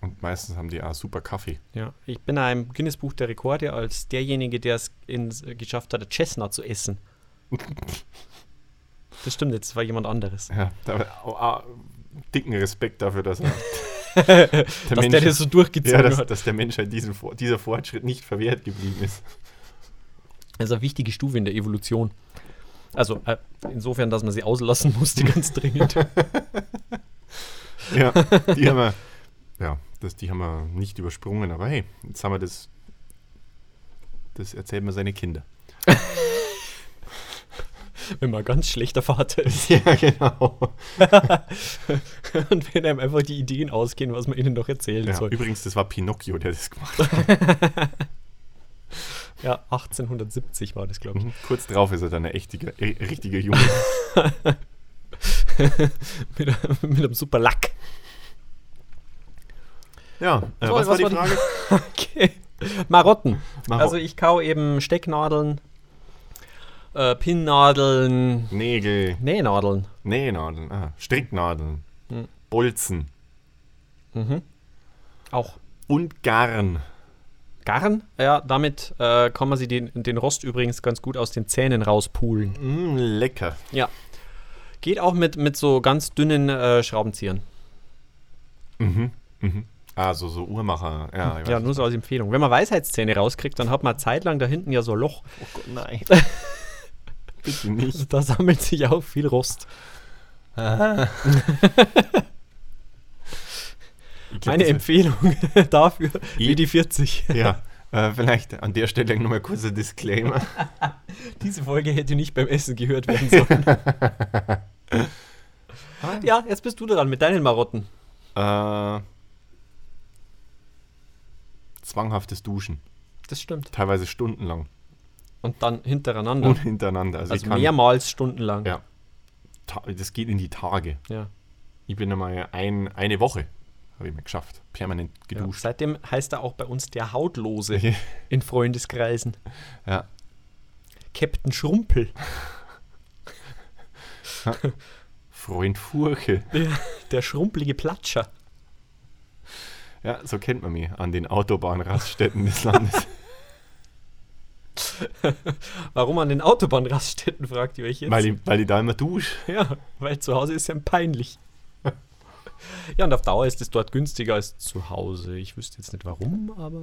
D: Und meistens haben die auch super Kaffee.
C: Ja. Ich bin da im Guinness-Buch der Rekorde als derjenige, der es ins- geschafft hat, Chestnut zu essen. das stimmt jetzt, das war jemand anderes.
D: Ja, da, au- au- dicken Respekt dafür, dass, er, der,
C: Dass der das so durchgezogen
D: ja, dass,
C: hat.
D: dass der Menschheit diesen, Vor- dieser Fortschritt nicht verwehrt geblieben ist.
C: Das ist eine wichtige Stufe in der Evolution. Also äh, insofern, dass man sie auslassen musste, ganz dringend.
D: Ja, die haben wir, ja, das, die haben wir nicht übersprungen, aber hey, jetzt haben wir das, das erzählt man seine Kinder.
C: Wenn man ein ganz schlechter Vater ist.
D: Ja, genau.
C: Und wenn einem einfach die Ideen ausgehen, was man ihnen doch erzählen
D: Ja,
C: soll.
D: übrigens, das war Pinocchio, der das gemacht hat.
C: Ja, 1870 war das, glaube ich.
D: Kurz drauf ist er dann ein echter, äh, richtiger Junge.
C: mit, mit einem super Lack.
D: Ja, äh,
C: So,
D: was, war die Frage?
C: okay. Marotten.
D: Maro-
C: Also ich kau eben Stecknadeln äh, Pinnadeln,
D: Nägel,
C: Nähnadeln.
D: Nähnadeln, ah, Stricknadeln, Bolzen
C: Auch
D: und Garn.
C: Garn. Ja, damit äh, kann man sie den, den Rost übrigens ganz gut aus den Zähnen rauspulen.
D: Mm, lecker.
C: Ja. Geht auch mit, mit so ganz dünnen äh, Schraubenziehern.
D: Also so Uhrmacher. Ja, ich
C: Ja,
D: weiß.
C: nur so als Empfehlung. Wenn man Weisheitszähne rauskriegt, dann hat man zeitlang da hinten ja so ein Loch.
D: Oh Gott, nein. Bitte nicht.
C: Da sammelt sich auch viel Rost.
D: Ich glaub,
C: Meine
D: das-
C: Empfehlung dafür, wie
D: Ich-
C: die 40.
D: Ja, äh, vielleicht an der Stelle nochmal kurzer Disclaimer.
C: Diese Folge hätte nicht beim Essen gehört werden sollen. ja, jetzt bist du dran mit deinen Marotten.
D: äh, zwanghaftes Duschen.
C: Das stimmt.
D: Teilweise stundenlang
C: Und dann hintereinander.
D: und hintereinander. Also,
C: also
D: ich kann,
C: mehrmals stundenlang.
D: Ja. ta- das geht in die Tage.
C: Ja.
D: Ich bin einmal ein, eine Woche, habe ich mir geschafft. Permanent
C: Ja.
D: geduscht.
C: Seitdem heißt er auch bei uns der Hautlose
D: Ja.
C: in Freundeskreisen.
D: Ja.
C: Captain Schrumpel.
D: Freund Furche.
C: Der schrumpelige Platscher.
D: Ja, so kennt man mich an den Autobahnraststätten des Landes.
C: Warum an den Autobahnraststätten, fragt ihr euch jetzt?
D: weil, ich, weil ich da immer dusche.
C: ja, weil zu Hause ist ja peinlich. ja, und auf Dauer ist es dort günstiger als zu Hause. Ich wüsste jetzt nicht warum, aber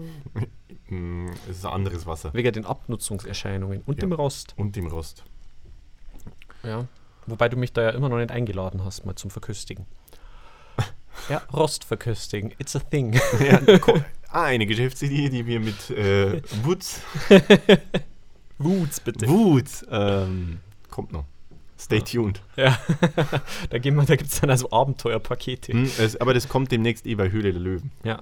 D: Hm, es ist ein anderes Wasser.
C: wegen den Abnutzungserscheinungen und
D: Ja.
C: dem Rost.
D: Und dem Rost.
C: Ja. Wobei du mich da ja immer noch nicht eingeladen hast, mal zum Verköstigen. Ja, Rost verköstigen. It's a thing.
D: Ja, cool. ah, eine Geschäftsidee, die wir mit äh, Woods,
C: Woods, bitte.
D: Woods ähm, kommt noch. Stay tuned.
C: Ja, da, gehen wir- da gibt es dann also Abenteuerpakete.
D: Hm, es, aber das kommt demnächst eh bei Höhle der Löwen.
C: Ja.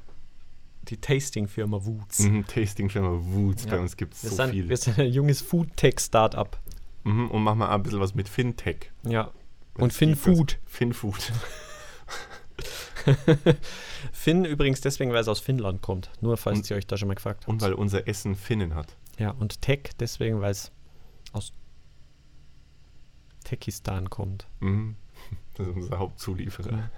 C: Die Tasting-Firma Woods.
D: Mhm, Tasting schon mal Woods. Bei uns gibt es
C: Wir,
D: so
C: sind,
D: viel.
C: wir sind ein junges Food-Tech-Startup.
D: Mhm, und machen wir auch ein bisschen was mit Fintech.
C: Ja.
D: Das
C: Und Finn
D: gibt es.
C: Food.
D: Finn Food.
C: Finn übrigens deswegen, weil es aus Finnland kommt. Nur falls
D: Und-
C: ihr euch da schon mal gefragt habt.
D: Und weil unser Essen Finnen hat.
C: ja, und Tech deswegen, weil es aus Techistan kommt.
D: Mhm. Das ist unser Hauptzulieferer.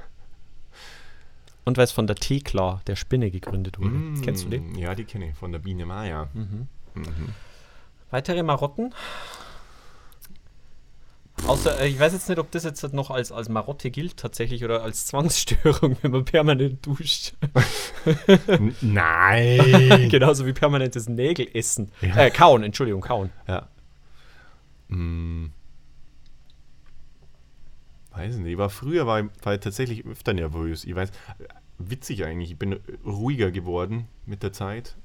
C: Und weil es von der Thekla, der Spinne, gegründet wurde.
D: Mhm.
C: Kennst du den? Mhm.
D: Ja, die kenne ich. Von der Biene Maya.
C: Weitere Marotten? Außer, äh, ich weiß jetzt nicht, ob das jetzt noch als, als Marotte gilt tatsächlich oder als Zwangsstörung, wenn man permanent duscht.
D: N- Nein!
C: Genauso wie permanentes Nägelessen.
D: Hm. Ja.
C: Äh, kauen, Entschuldigung, kauen.
D: ja. Mhm. Weiß nicht. Ich war früher war, ich- war ich tatsächlich öfter nervös. Ich weiß, witzig eigentlich. Ich bin ruhiger geworden mit der Zeit.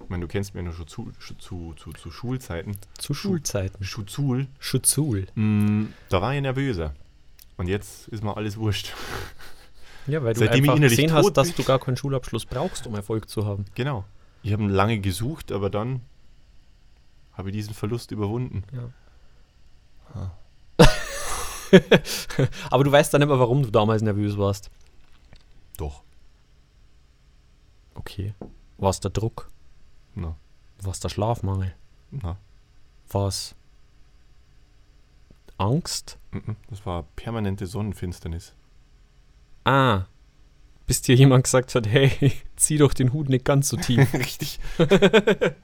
D: Ich meine, du kennst mich ja noch schon zu, zu, zu, zu Schulzeiten.
C: Zu Schulzeiten.
D: Schuzul.
C: Schutzul.
D: Mm, Da war ich nervöser. Und jetzt ist mir alles wurscht.
C: Ja, weil du
D: Seitdem ich
C: einfach
D: innerlich
C: gesehen hast,
D: tot
C: dass
D: bin.
C: du gar keinen Schulabschluss brauchst, um Erfolg zu haben.
D: Genau. Ich habe ihn lange gesucht, aber dann habe ich diesen Verlust überwunden.
C: Aber du weißt dann immer, warum du damals nervös warst.
D: Doch.
C: Okay. War es der Druck?
D: Na,
C: War es der Schlafmangel?
D: na.
C: War es Angst?
D: mhm. Das war permanente Sonnenfinsternis.
C: Ah, bis dir jemand gesagt hat, hey, zieh doch den Hut nicht ganz so tief.
D: Richtig. ich habe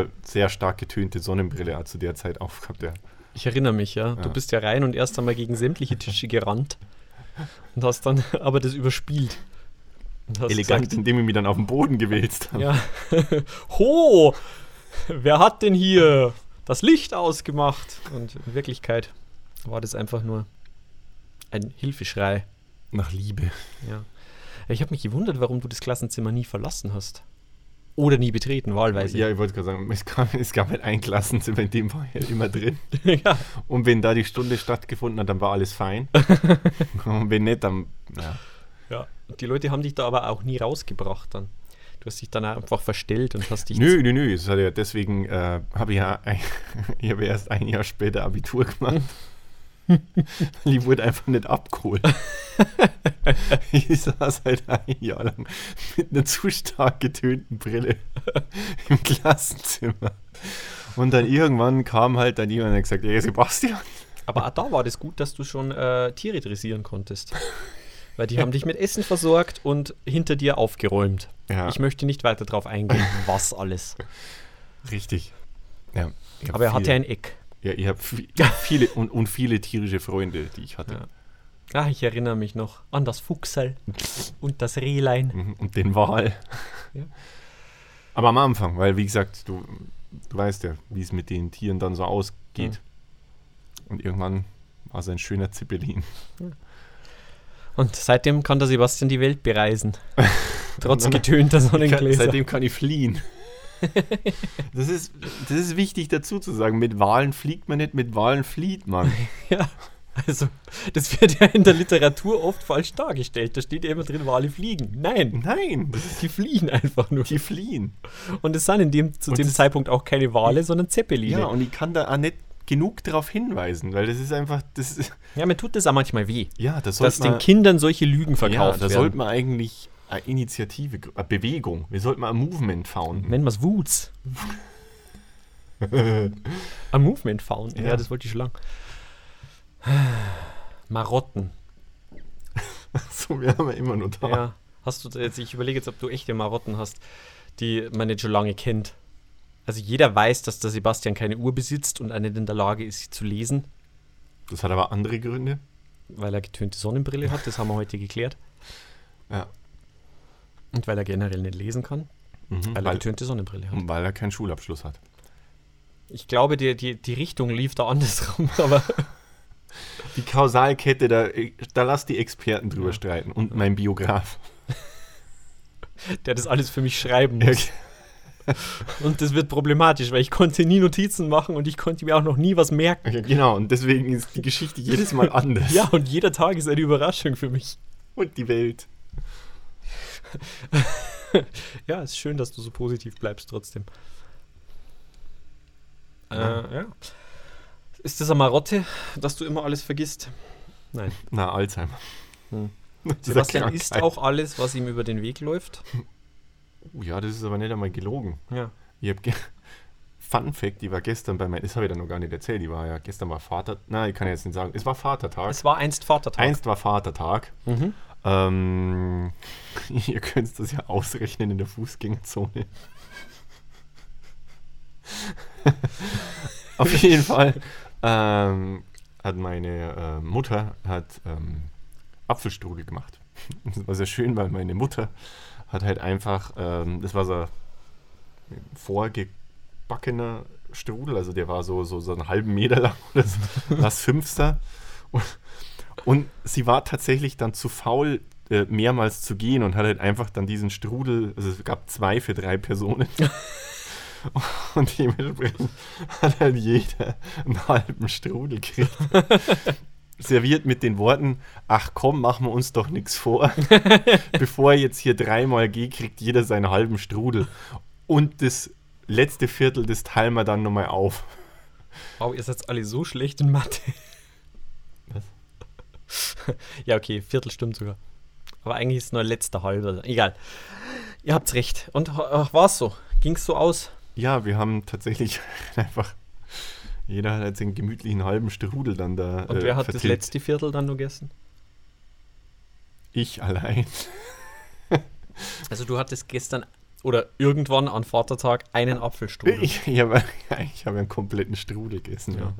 D: eine sehr stark getönte Sonnenbrille also auch zu der Zeit aufgehabt, ja.
C: Ich erinnere mich, ja. Du
D: Ja.
C: bist ja rein und erst einmal gegen sämtliche Tische gerannt und hast dann aber das überspielt. Und hast
D: Elegant,
C: gesagt,
D: indem ich mich dann auf den Boden gewälzt habe.
C: Ja. Ho! Wer hat denn hier das Licht ausgemacht? Und in Wirklichkeit war das einfach nur ein Hilfeschrei.
D: Nach Liebe.
C: Ja. Ich habe mich gewundert, warum du das Klassenzimmer nie verlassen hast. Oder nie betreten, wahlweise.
D: Ja, ich wollte gerade sagen, es gab, es gab halt ein Klassenzimmer, in dem war ich halt immer drin.
C: ja.
D: Und wenn da die Stunde stattgefunden hat, dann war alles fein. Und wenn nicht, dann. Ja.
C: Ja, und die Leute haben dich da aber auch nie rausgebracht dann. Du hast dich dann einfach verstellt und hast dich.
D: Nö, nö, nö. Es hat ja deswegen äh, habe ich ja ein, ich habe erst ein Jahr später Abitur gemacht. Die wurde einfach nicht abgeholt. ich saß halt ein Jahr lang mit einer zu stark getönten Brille im Klassenzimmer Und dann irgendwann kam halt dann jemand und hat gesagt, ey Sebastian.
C: Aber ah, da war das gut, dass du schon äh, Tiere dressieren konntest. Weil die haben dich mit Essen versorgt und hinter dir aufgeräumt.
D: Ja.
C: Ich möchte nicht weiter drauf eingehen, was alles.
D: Richtig. Ja, ich hab
C: Aber er hatte
D: viel-
C: ein Eck.
D: Ja, ich habe viele und, und viele tierische Freunde, die ich hatte.
C: Ah, ich erinnere mich noch an das Fuchsel und das Rehlein.
D: Mhm, Und den Wal.
C: Ja.
D: Aber am Anfang, weil wie gesagt, du, du weißt ja, wie es mit den Tieren dann so ausgeht. Und irgendwann war es ein schöner Zippelin.
C: Und seitdem kann der Sebastian die Welt bereisen. Trotz
D: Und dann-
C: getönter Sonnengläser.
D: seitdem kann ich fliehen. das, ist, das ist wichtig dazu zu sagen. Mit Walen fliegt man nicht, mit Walen flieht man.
C: Ja, also das wird ja in der Literatur oft falsch dargestellt. Da steht ja immer drin, Wale fliegen. Nein,
D: Nein, das ist,
C: die fliehen einfach nur.
D: die fliehen.
C: Und es sind in dem, zu
D: Und
C: dem
D: das-
C: Zeitpunkt auch keine Wale, sondern Zeppeline.
D: Ja, und ich kann da auch nicht genug darauf hinweisen, weil das ist einfach, das ist,
C: ja mir tut das auch manchmal weh,
D: ja, das sollte
C: dass den
D: man-
C: Kindern solche Lügen verkauft
D: ja, da sollte
C: werden.
D: man eigentlich eine Initiative, gr- eine Bewegung, wir sollten mal ein Movement founden.
C: Nennen wir es Woods. A Movement Found. Ja.
D: Ja.
C: das wollte ich schon lang. Marotten.
D: So, wir haben ja immer nur da.
C: Ja. Hast du da jetzt, ich überlege jetzt, ob du echte Marotten hast, die man nicht schon lange kennt. Also jeder weiß, dass der Sebastian keine Uhr besitzt und auch nicht in der Lage ist, sie zu lesen,
D: Das hat aber andere Gründe.
C: weil er getönte Sonnenbrille hat, das haben wir heute geklärt.
D: Ja.
C: Und weil er generell nicht lesen kann,
D: Mhm,
C: weil, er
D: weil, Mhm.
C: getönte Sonnenbrille hat.
D: weil er keinen Schulabschluss hat.
C: Ich glaube, die, die, die Richtung lief da andersrum, aber
D: Die Kausalkette, da, äh, da lass die Experten drüber streiten. Und mein Biograf.
C: der das alles für mich schreiben muss. Und das wird problematisch, weil ich konnte nie Notizen machen und ich konnte mir auch noch nie was merken.
D: genau, und deswegen ist die Geschichte jedes Mal anders.
C: Ja, und jeder Tag ist eine Überraschung für mich.
D: Und die Welt.
C: Ja, ist schön, dass du so positiv bleibst trotzdem. Äh, ja. Ist das eine Marotte, dass du immer alles vergisst? Nein.
D: Na, Alzheimer.
C: Hm.
D: Dieser
C: Sebastian
D: Krankheit.
C: isst auch alles, was ihm über den Weg läuft.
D: Oh Ja, das ist aber nicht einmal gelogen.
C: Ja.
D: Ich hab ge Fun Fact, die war gestern bei meinem, das habe ich dann noch gar nicht erzählt, die war ja, gestern war Vater, nein, ich kann jetzt nicht sagen, es war Vatertag.
C: Es war einst Vatertag.
D: Einst war Vatertag.
C: Mhm.
D: Ähm, ihr könnt das ja ausrechnen in der Fußgängerzone. Auf jeden Fall ähm, hat meine äh, Mutter hat ähm, Apfelstrudel gemacht. Das war sehr schön, weil meine Mutter hat halt einfach, ähm, das war so ein vorgebackener Strudel, also der war so, so, so einen halben Meter lang oder so, was Fünfster. Und, und sie war tatsächlich dann zu faul, äh, mehrmals zu gehen und hat halt einfach dann diesen Strudel, also es gab zwei für drei Personen. Und dementsprechend hat halt jeder einen halben Strudel gekriegt. Serviert mit den Worten, ach komm, machen wir uns doch nichts vor. Bevor er jetzt hier dreimal geht, kriegt jeder seinen halben Strudel. Und das letzte Viertel, das teilen wir dann nochmal auf.
C: Wow, ihr seid alle so schlecht in Mathe.
D: Was?
C: ja, okay, Viertel stimmt sogar. Aber eigentlich ist nur ein letzter halber. Egal. Ihr habt's recht. Und war es so? Ging's so aus?
D: Ja, wir haben tatsächlich einfach. Jeder hat jetzt den gemütlichen halben Strudel dann da.
C: Und
D: äh,
C: wer hat das
D: vertilgt.
C: letzte Viertel dann nur gegessen?
D: Ich allein.
C: Also du hattest gestern oder irgendwann an Vatertag einen Apfelstrudel.
D: Ich, ich habe ich hab einen kompletten Strudel gegessen, ja.
C: Ja.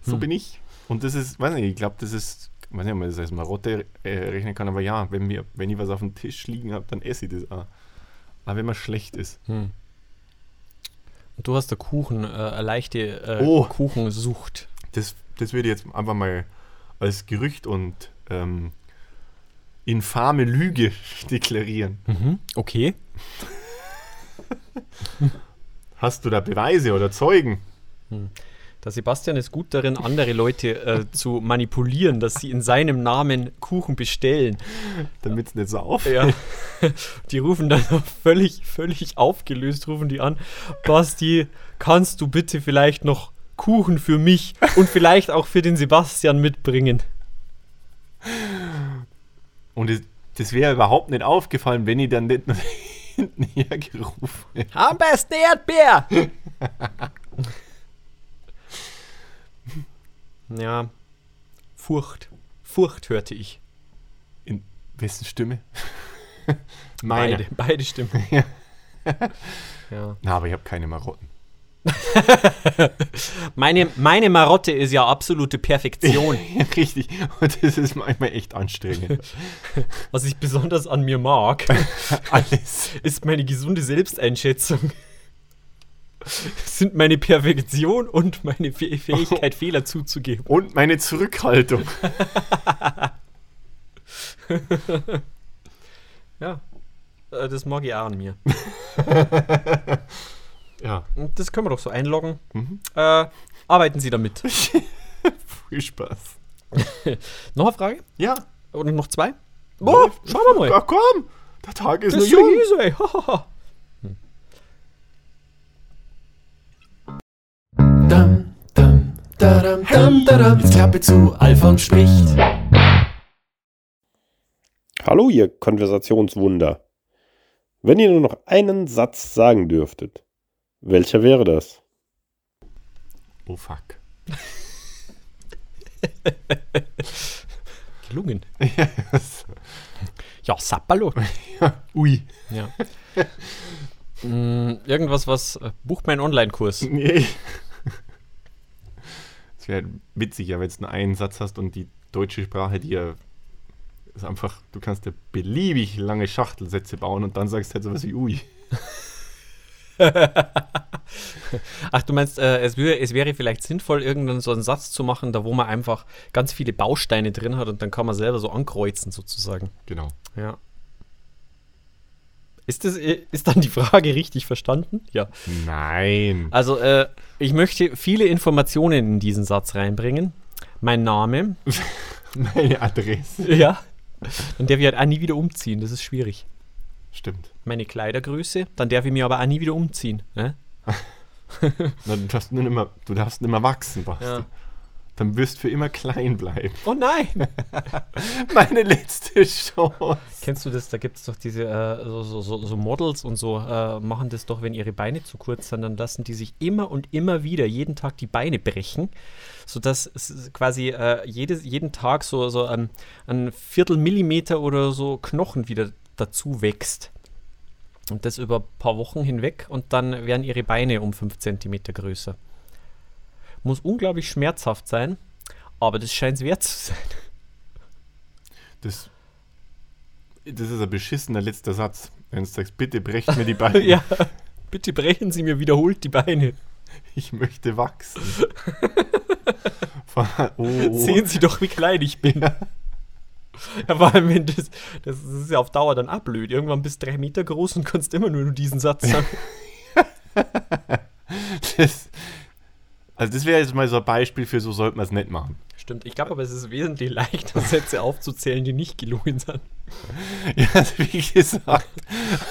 D: So
C: Hm.
D: bin ich. Und das ist, weiß nicht, ich glaube, das ist, weiß nicht, ob man das als Marotte äh, rechnen kann, aber ja, wenn, wir, wenn ich was auf dem Tisch liegen habe, dann esse ich das auch. Aber wenn man schlecht ist.
C: Hm. Und du hast der Kuchen, äh, eine leichte äh,
D: Oh.
C: Kuchensucht.
D: Das, das würde ich jetzt einfach mal als Gerücht und ähm, infame Lüge deklarieren.
C: Mhm. Okay.
D: Hast du da Beweise oder Zeugen?
C: Der Sebastian ist gut darin, andere Leute äh, zu manipulieren, dass sie in seinem Namen Kuchen bestellen.
D: Damit es nicht so auf.
C: Ja. Die rufen dann völlig, völlig aufgelöst, rufen die an. Basti, kannst du bitte vielleicht noch Kuchen für mich und vielleicht auch für den Sebastian mitbringen?
D: Und das, das wäre überhaupt nicht aufgefallen, wenn ich dann nicht nach hinten hergerufen hätte.
C: Am besten Erdbeer! Ja. Furcht. Furcht hörte ich.
D: In wessen Stimme?
C: Beide, beide Stimmen. ja.
D: Na, aber ich habe keine Marotten.
C: Meine, meine Marotte ist ja absolute Perfektion.
D: Richtig. Und das ist manchmal echt anstrengend.
C: Was ich besonders an mir mag,
D: Alles.
C: ist meine gesunde Selbsteinschätzung. Es sind meine Perfektion und meine Fäh- Fähigkeit, Fehler zuzugeben.
D: Und meine Zurückhaltung.
C: Ja, äh, das mag ich auch an
D: Mhm.
C: mir.
D: Ja.
C: Und Das können wir doch so einloggen.
D: Mhm.
C: Äh, arbeiten Sie damit.
D: Viel Spaß.
C: noch eine Frage?
D: Ja.
C: Oder noch zwei? Boah, schauen wir mal.
D: Ja, komm. Der Tag ist
C: Das
D: nur
C: ist so
D: jung.
C: easy. Hahaha.
E: Dam, dam, daram, dam, daram. Jetzt Klappe zu, Alfons spricht.
F: Hallo, ihr Konversationswunder. Wenn ihr nur noch einen Satz sagen dürftet, welcher wäre das?
D: Oh, fuck.
C: Gelungen.
D: Yes.
C: Ja, Sappalo.
D: Ui.
C: ja. Mm, irgendwas, was. äh, Bucht meinen Online-Kurs.
D: Nee. Es wäre halt witzig, ja, wenn du nur einen Satz hast und die deutsche Sprache dir ist einfach, du kannst ja beliebig lange Schachtelsätze bauen und dann sagst du halt sowas wie ui.
C: Ach, du meinst, äh, es, wär, es wäre vielleicht sinnvoll, irgendeinen so einen Satz zu machen, da wo man einfach ganz viele Bausteine drin hat und dann kann man selber so ankreuzen, sozusagen.
D: Genau.
C: Ja. Ist, das, äh, ist dann die Frage richtig verstanden? Ja.
D: Nein.
C: Also, äh, ich möchte viele Informationen in diesen Satz reinbringen. Mein Name.
D: Meine Adresse.
C: Ja. Dann darf ich halt auch nie wieder umziehen, das ist schwierig.
D: Stimmt.
C: Meine Kleidergröße, dann darf ich mir aber auch nie wieder umziehen. Ne?
D: Na, du darfst nur nicht mehr, du darfst nicht mehr wachsen, Basti.
C: Ja.
D: Dann wirst du für immer klein bleiben.
C: Oh nein!
D: Meine letzte Chance.
C: Kennst du das? Da gibt es doch diese äh, so, so, so, so Models und so äh, machen das doch, wenn ihre Beine zu kurz sind, dann lassen die sich immer und immer wieder jeden Tag die Beine brechen, sodass es quasi äh, jedes, jeden Tag so, so ein, ein Viertel Millimeter oder so Knochen wieder dazu wächst. Und das über ein paar Wochen hinweg und dann werden ihre Beine um 5 cm größer. Muss unglaublich schmerzhaft sein, aber das scheint es wert zu sein.
D: Das, das ist ein beschissener letzter Satz. Wenn du sagst, bitte brecht mir die Beine.
C: Ja, bitte brechen Sie mir wiederholt die Beine.
D: Ich möchte wachsen. Vor- oh, oh.
C: Sehen Sie doch, wie klein ich bin. Ja, vor allem, wenn das, das ist ja auf Dauer dann ablöd. Irgendwann bist du drei Meter groß und kannst immer nur diesen Satz sagen.
D: Das, also das wäre jetzt mal so ein Beispiel für so sollte man es nicht machen.
C: Stimmt, ich glaube aber, es ist wesentlich leichter, Sätze aufzuzählen, die nicht gelungen sind.
D: Ja, also wie gesagt,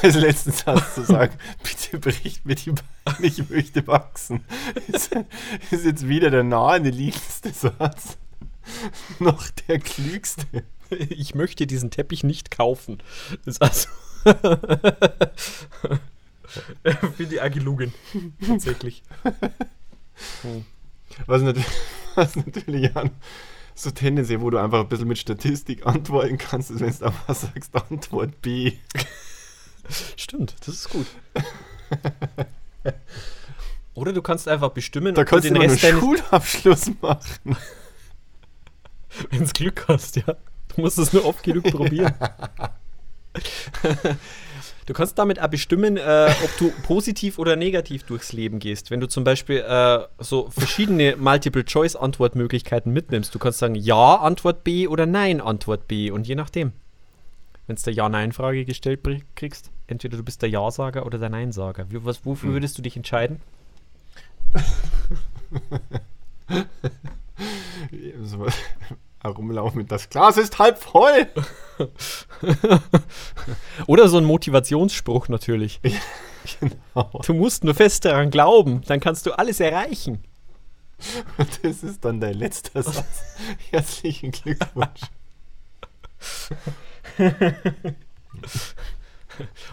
D: als letzten Satz zu sagen, bitte bricht mir die Beine, ich möchte wachsen. Ist, ist jetzt weder der naheliegendste Satz, noch der klügste.
C: Ich möchte diesen Teppich nicht kaufen. Das ist also. Finde ich auch gelungen. Tatsächlich.
D: Was, nat was natürlich an so tendenziell, wo du einfach ein bisschen mit Statistik antworten kannst, ist, wenn du einfach sagst, Antwort B.
C: Stimmt, das ist gut. Oder du kannst einfach bestimmen,
D: Da kannst du
C: den
D: immer einen
C: Rest deines
D: Schulabschluss machen.
C: Wenn's Glück hast, ja. Du musst es nur oft genug probieren. Du kannst damit auch bestimmen, äh, ob du positiv oder negativ durchs Leben gehst. Wenn du zum Beispiel äh, so verschiedene Multiple-Choice-Antwortmöglichkeiten mitnimmst, du kannst sagen Ja, Antwort B oder Nein, Antwort B. Und je nachdem, wenn es der Ja-Nein-Frage gestellt bri- kriegst, entweder du bist der Ja-Sager oder der Nein-Sager. Wie- was- Wofür würdest du dich entscheiden?
D: So was- Herumlaufen mit das Glas ist halb voll.
C: Oder so ein Motivationsspruch natürlich.
D: Genau.
C: Du musst nur fest daran glauben, dann kannst du alles erreichen.
D: Und das ist dann dein letzter Satz. Herzlichen Glückwunsch.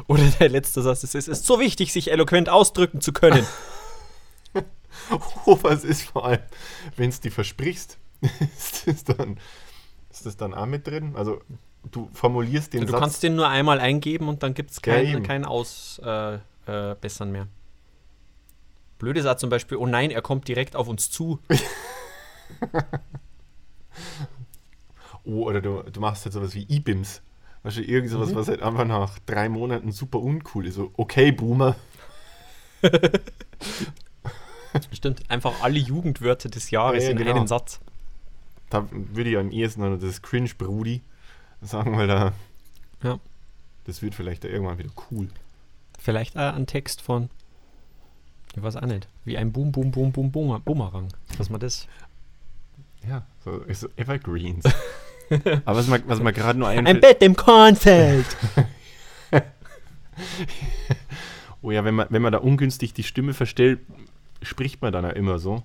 C: Oder der letzte Satz ist, es ist so wichtig, sich eloquent ausdrücken zu können.
D: Oh, was ist vor allem, wenn es dir versprichst, ist, das dann, ist das dann auch mit drin? Also du formulierst den
C: du
D: Satz.
C: kannst den nur einmal eingeben und dann gibt es
D: Ja,
C: kein,
D: eben.
C: kein Ausbessern äh, Bessern mehr. Blöde Satz zum Beispiel, oh nein, er kommt direkt auf uns zu.
D: oh, oder du, du machst halt sowas wie IBIMS. Weißt du, irgend
C: Mhm.
D: sowas, was halt einfach nach drei Monaten super uncool ist. So, okay, Boomer.
C: Stimmt, einfach alle Jugendwörter des Jahres
D: Ja, ja,
C: in
D: genau.
C: einem Satz.
D: Da würde ich am ehesten noch das Cringe-Brudi sagen, weil da.
C: Ja.
D: Das wird vielleicht da irgendwann wieder cool.
C: Vielleicht äh, ein Text von, ich weiß auch nicht, wie ein Boom, Boom, Boom, Boom, Boomer- Boomerang. Dass man das.
D: Ja, so, so Evergreens. Aber was mir, was mir gerade nur
C: Ein
D: einfällt,
C: Bett im Kornfeld!
D: oh ja, wenn man, wenn man da ungünstig die Stimme verstellt, spricht man dann ja immer so.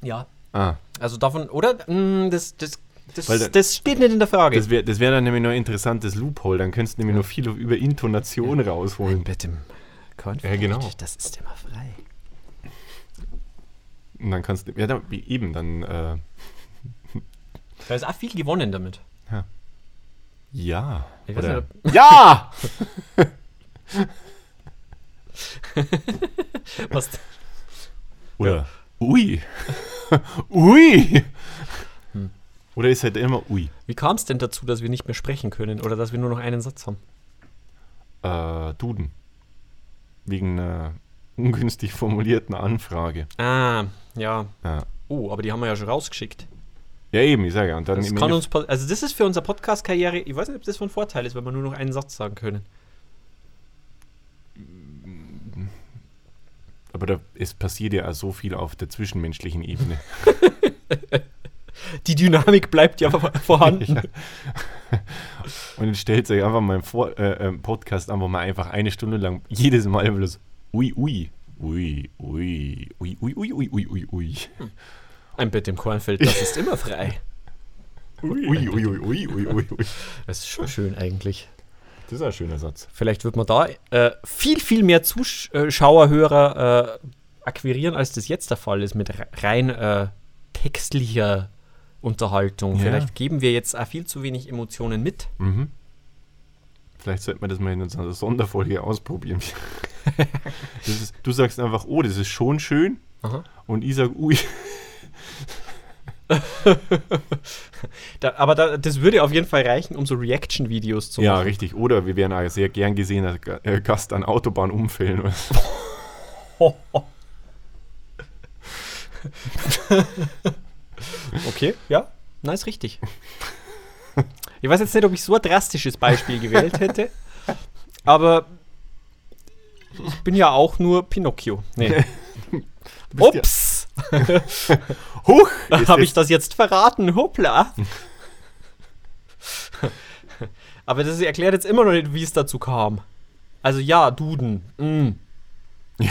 C: ja,
D: Ah,
C: also davon, oder? Mm, das, das, das,
D: Weil da-
C: das steht nicht in der Frage.
D: das wäre das wär dann nämlich noch ein interessantes Loophole, dann könntest du nämlich noch viel über Intonation rausholen.
C: Bett im Kornfeld.
D: Ja, genau.
C: Das ist immer frei.
D: Und dann kannst du, ja, dann, wie eben, dann, äh,
C: Da ist auch viel gewonnen damit.
D: ja.
C: Ich weiß
D: Oder,
C: nicht,
D: ja!
C: Was,
D: Oder, ui. ui! Oder ist halt immer ui.
C: wie kam es denn dazu, dass wir nicht mehr sprechen können oder dass wir nur noch einen Satz haben?
D: Äh, Duden. Wegen einer ungünstig formulierten Anfrage.
C: Ah, ja.
D: Ja.
C: Oh, aber die haben wir ja schon rausgeschickt.
D: Ja, eben, ich sage ja. Und dann
C: Das
D: im
C: kann
D: Endeffekt-
C: uns, pa- also das ist für unsere Podcast-Karriere, ich weiß nicht, ob das von Vorteil ist, wenn wir nur noch einen Satz sagen können.
D: aber da, es passiert ja auch so viel auf der zwischenmenschlichen Ebene.
C: Die Dynamik bleibt ja vor- vorhanden.
D: Und dann stellt euch einfach mal im Vor äh, ähm, Podcast einfach mal einfach eine Stunde lang jedes Mal bloß ui, ui. Ui, ui, ui, ui, ui, ui, ui, ui, ui.
C: Ein Bett im Kornfeld, das ist immer frei.
D: Ui, ui, ui, ui, ui, ui, ui.
C: Das ist schon schön eigentlich.
D: Das ist ein schöner Satz.
C: Vielleicht wird man da äh, viel, viel mehr Zuschauer, Hörer äh, akquirieren, als das jetzt der Fall ist mit re- rein äh, textlicher Unterhaltung.
D: Ja.
C: Vielleicht geben wir jetzt auch viel zu wenig Emotionen mit.
D: Mhm. Vielleicht sollten wir das mal in unserer Sonderfolge ausprobieren. Das ist, du sagst einfach, oh, das ist schon schön.
C: Aha.
D: Und ich sag, ui.
C: Da, aber da, das würde auf jeden Fall reichen, um so Reaction-Videos zu
D: ja,
C: machen.
D: richtig. Oder wir wären ein sehr gern gesehener Ga- äh, Gast an Autobahnunfällen. oder so.
C: Okay, ja. Nein, ist richtig. Ich weiß jetzt nicht, ob ich so ein drastisches Beispiel gewählt hätte, aber ich bin ja auch nur Pinocchio. Nee.
D: bist ja-
C: Ups!
D: Huch!
C: Habe ich das jetzt verraten? Hoppla! Aber das erklärt jetzt immer noch nicht, wie es dazu kam. Also ja, Duden. Mm.
D: Und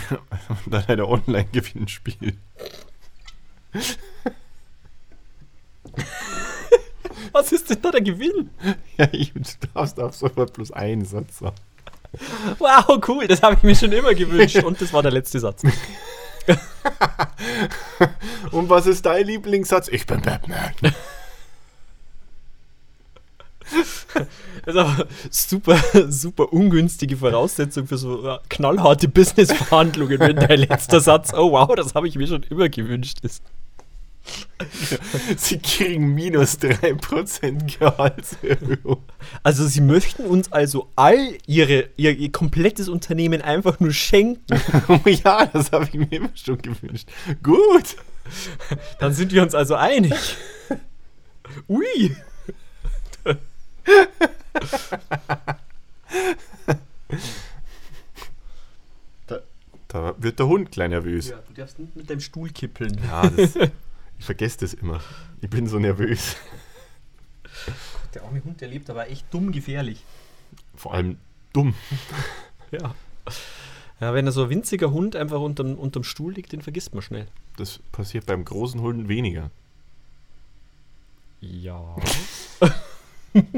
D: dann halt ein Online-Gewinnspiel.
C: Was ist denn da der Gewinn?
D: Ja, ich, du darfst auf sofort bloß einen Satz sagen.
C: Wow, cool, das habe ich mir schon immer gewünscht. Und das war der letzte Satz.
D: Und was ist dein Lieblingssatz? Ich bin Batman.
C: Das ist aber super, super ungünstige Voraussetzung für so äh, knallharte Business-Verhandlungen, wenn dein letzter Satz, oh wow, das habe ich mir schon immer gewünscht ist.
D: Sie kriegen minus 3% Gehaltserhöhung.
C: Also sie möchten uns also all ihre, ihr, ihr komplettes Unternehmen einfach nur schenken.
D: Oh ja, das habe ich mir immer schon gewünscht. Gut.
C: Dann sind wir uns also einig. Ui.
D: Da wird der Hund klein nervös.
C: du darfst nicht mit deinem Stuhl kippeln.
D: Ja, das, ich vergesse das immer. Ich bin so nervös.
C: Der arme Hund, der lebt aber echt dumm gefährlich.
D: Vor allem dumm.
C: Ja. Ja, wenn da so ein winziger Hund einfach unterm, unterm Stuhl liegt, den vergisst man schnell.
D: Das passiert beim großen Hunden weniger.
C: Ja.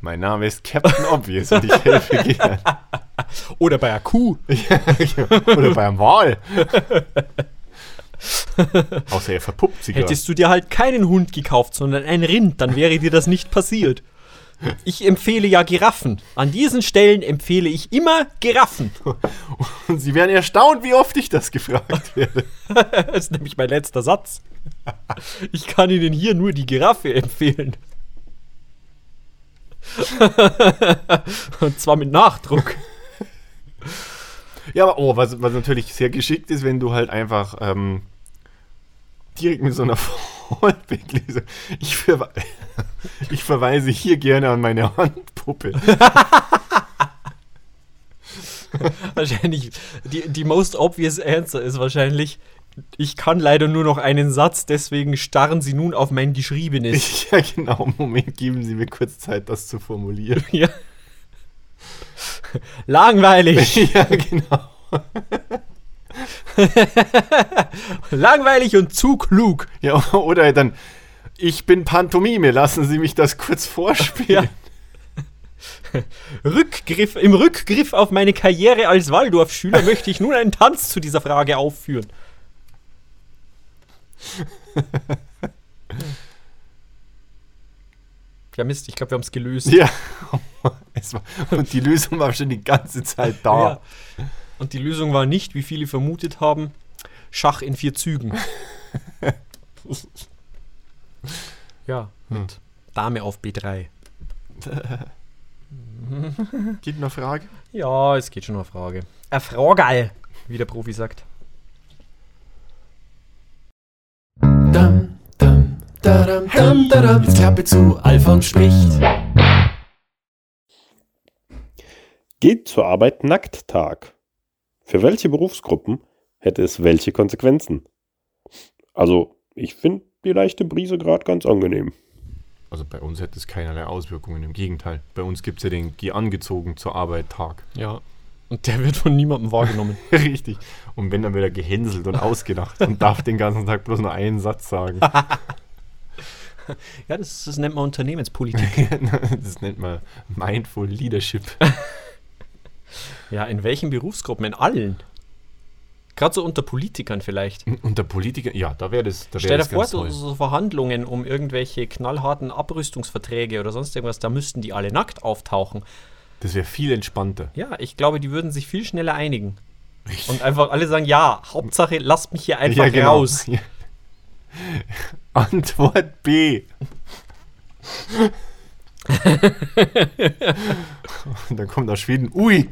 D: Mein Name ist Captain Obvious und ich helfe gerne.
C: Oder bei einer Kuh.
D: Oder beim Wal. Außer er verpuppt sie gerade.
C: Hättest du dir halt keinen Hund gekauft, sondern ein Rind, dann wäre dir das nicht passiert. Ich empfehle ja Giraffen. An diesen Stellen empfehle ich immer Giraffen.
D: Und sie wären erstaunt, wie oft ich das gefragt werde.
C: Das ist nämlich mein letzter Satz. Ich kann Ihnen hier nur die Giraffe empfehlen. Und zwar mit Nachdruck.
D: Ja, aber oh, was, was natürlich sehr geschickt ist, wenn du halt einfach ähm, direkt mit so einer Vollbecklese. Ich, verwe ich verweise hier gerne an meine Handpuppe.
C: Wahrscheinlich, die, die most obvious answer ist wahrscheinlich, ich kann leider nur noch einen Satz, deswegen starren Sie nun auf mein Geschriebenes.
D: ja, genau. Moment, geben Sie mir kurz Zeit, das zu formulieren.
C: Ja. Langweilig,
D: ja, genau.
C: langweilig und zu klug.
D: Ja, oder dann, ich bin Pantomime, lassen Sie mich das kurz vorspielen.
C: Rückgriff, Im Rückgriff auf meine Karriere als Waldorfschüler möchte ich nun einen Tanz zu dieser Frage aufführen. Ja, Mist, ich glaube, wir haben es gelöst.
D: Ja. Es war, und die Lösung war schon die ganze Zeit da.
C: Ja. Und die Lösung war nicht, wie viele vermutet haben, Schach in vier Zügen. ja, mit Dame auf B3.
D: Gibt noch Frage?
C: Ja, es geht schon um eine Frage. Eine Frage, wie der Profi sagt.
E: Dam, dam, daram, dam, daram. Jetzt Klappe zu, Alfons spricht.
F: Geht zur Arbeit Nackttag. Für welche Berufsgruppen hätte es welche Konsequenzen? Also, ich finde die leichte Brise gerade ganz angenehm.
D: Also bei uns hätte es keinerlei Auswirkungen, im Gegenteil. Bei uns gibt es ja den Geh angezogen zur Arbeit Tag.
C: Ja. Und der wird von niemandem wahrgenommen.
D: Richtig. Und wenn, dann wird er gehänselt und ausgedacht und darf den ganzen Tag bloß nur einen Satz sagen.
C: ja, das, das nennt man Unternehmenspolitik.
D: das nennt man Mindful Leadership.
C: ja, in welchen Berufsgruppen? In allen. Gerade so unter Politikern vielleicht.
D: Unter Politikern, ja, da wäre das, da wär
C: Stell dir
D: das
C: vor,
D: ganz
C: so,
D: toll.
C: so Verhandlungen um irgendwelche knallharten Abrüstungsverträge oder sonst irgendwas, da müssten die alle nackt auftauchen.
D: Das wäre viel entspannter.
C: Ja, ich glaube, die würden sich viel schneller einigen. Und einfach alle sagen, ja, Hauptsache, lasst mich hier einfach raus.
D: Ja. Antwort B. Und dann kommt aus Schweden, ui.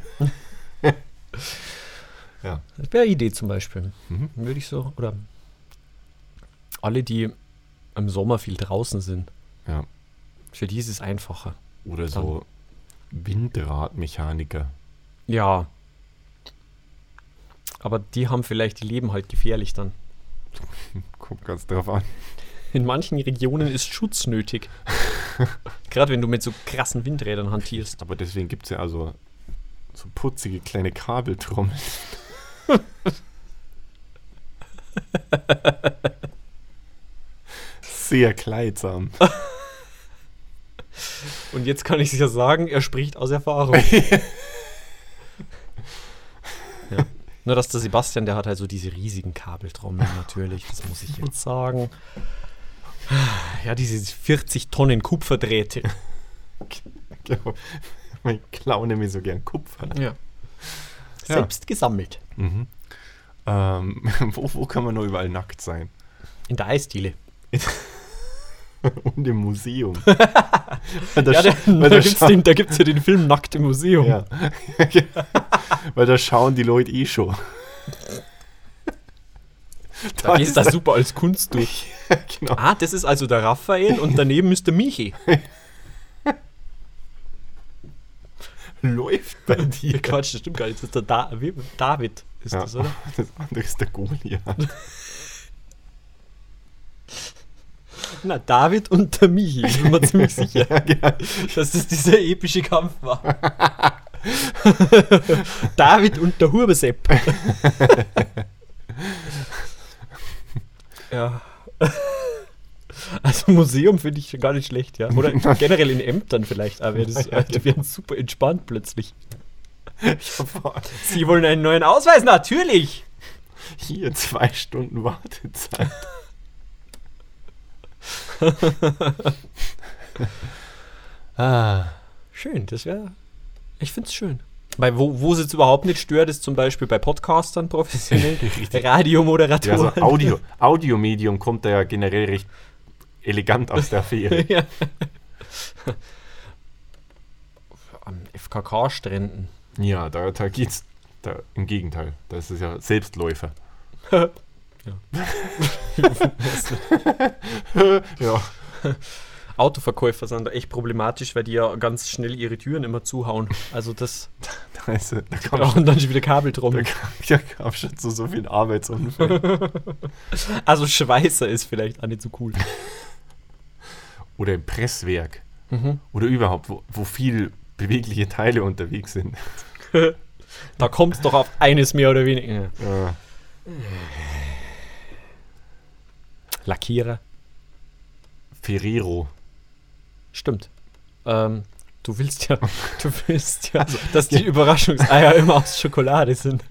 C: Das wäre eine Idee zum Beispiel. Würde ich so. Oder alle, die im Sommer viel draußen sind.
D: Ja.
C: Für die ist es einfacher.
D: Oder so Windradmechaniker.
C: Ja. Aber die haben vielleicht die Leben halt gefährlich dann.
D: Kommt ganz drauf an.
C: In manchen Regionen ist Schutz nötig. Gerade wenn du mit so krassen Windrädern hantierst.
D: Aber deswegen gibt es ja also so putzige kleine Kabeltrommeln. Sehr kleidsam.
C: Und jetzt kann ich sicher sagen, er spricht aus Erfahrung. ja. Nur, dass der Sebastian, der hat halt so diese riesigen Kabeltrommeln natürlich, das muss ich jetzt sagen. Ja, diese 40 Tonnen Kupferdrähte.
D: Genau. Ich klaune mir so gern Kupfer.
C: Ja. Selbst gesammelt.
D: Ähm, wo, wo kann man nur überall nackt sein?
C: In der Eisdiele.
D: Und im Museum.
C: Ja, da, da
D: weil da
C: gibt es
D: scha-
C: ja den Film Nackt im Museum.
D: Ja. Weil da schauen die Leute eh schon.
C: Da gehst du super als Kunst durch.
D: genau.
C: Ah, das ist also der Raphael und daneben ist der Michi.
D: Läuft bei dir.
C: Quatsch, das stimmt gar nicht. Das ist der da wie- David, ist
D: Ja.
C: das, oder?
D: Das andere ist der Goliath.
C: Na, David und der Michi, ich bin mir ziemlich sicher, dass das dieser epische Kampf war. David und der Hubersepp. ja. Also Museum finde ich gar nicht schlecht, ja. Oder generell in Ämtern vielleicht, aber das die werden super entspannt plötzlich. Sie wollen einen neuen Ausweis, natürlich.
D: Hier zwei Stunden Wartezeit.
C: Ah, schön, das wäre. Ich finde es schön. Weil wo, wo es jetzt überhaupt nicht stört, ist zum Beispiel bei Podcastern professionell,
D: Ja,
C: Radiomoderatoren.
D: so Audio, Audiomedium kommt da ja generell recht elegant aus der Affäre.
C: Ja. An FKK-Stränden.
D: Ja, da, da geht's. Da, Im Gegenteil, das ist ja Selbstläufer. ja.
C: Autoverkäufer sind da echt problematisch, weil die ja ganz schnell ihre Türen immer zuhauen. Also das
D: Da, ist, da, kam schon,
C: brauchen dann schon wieder Kabel drum.
D: da, kam, da kam schon zu so vielen Arbeitsunfällen.
C: Also Schweißer ist vielleicht auch nicht so cool.
D: Oder im Presswerk. Oder überhaupt, wo, wo viel bewegliche Teile unterwegs sind.
C: Da kommt es doch auf eines mehr oder weniger.
D: Ja.
C: Lackierer.
D: Ferrero.
C: Stimmt. Ähm, du willst ja, du willst Also, ja, dass die Überraschungseier immer aus Schokolade sind.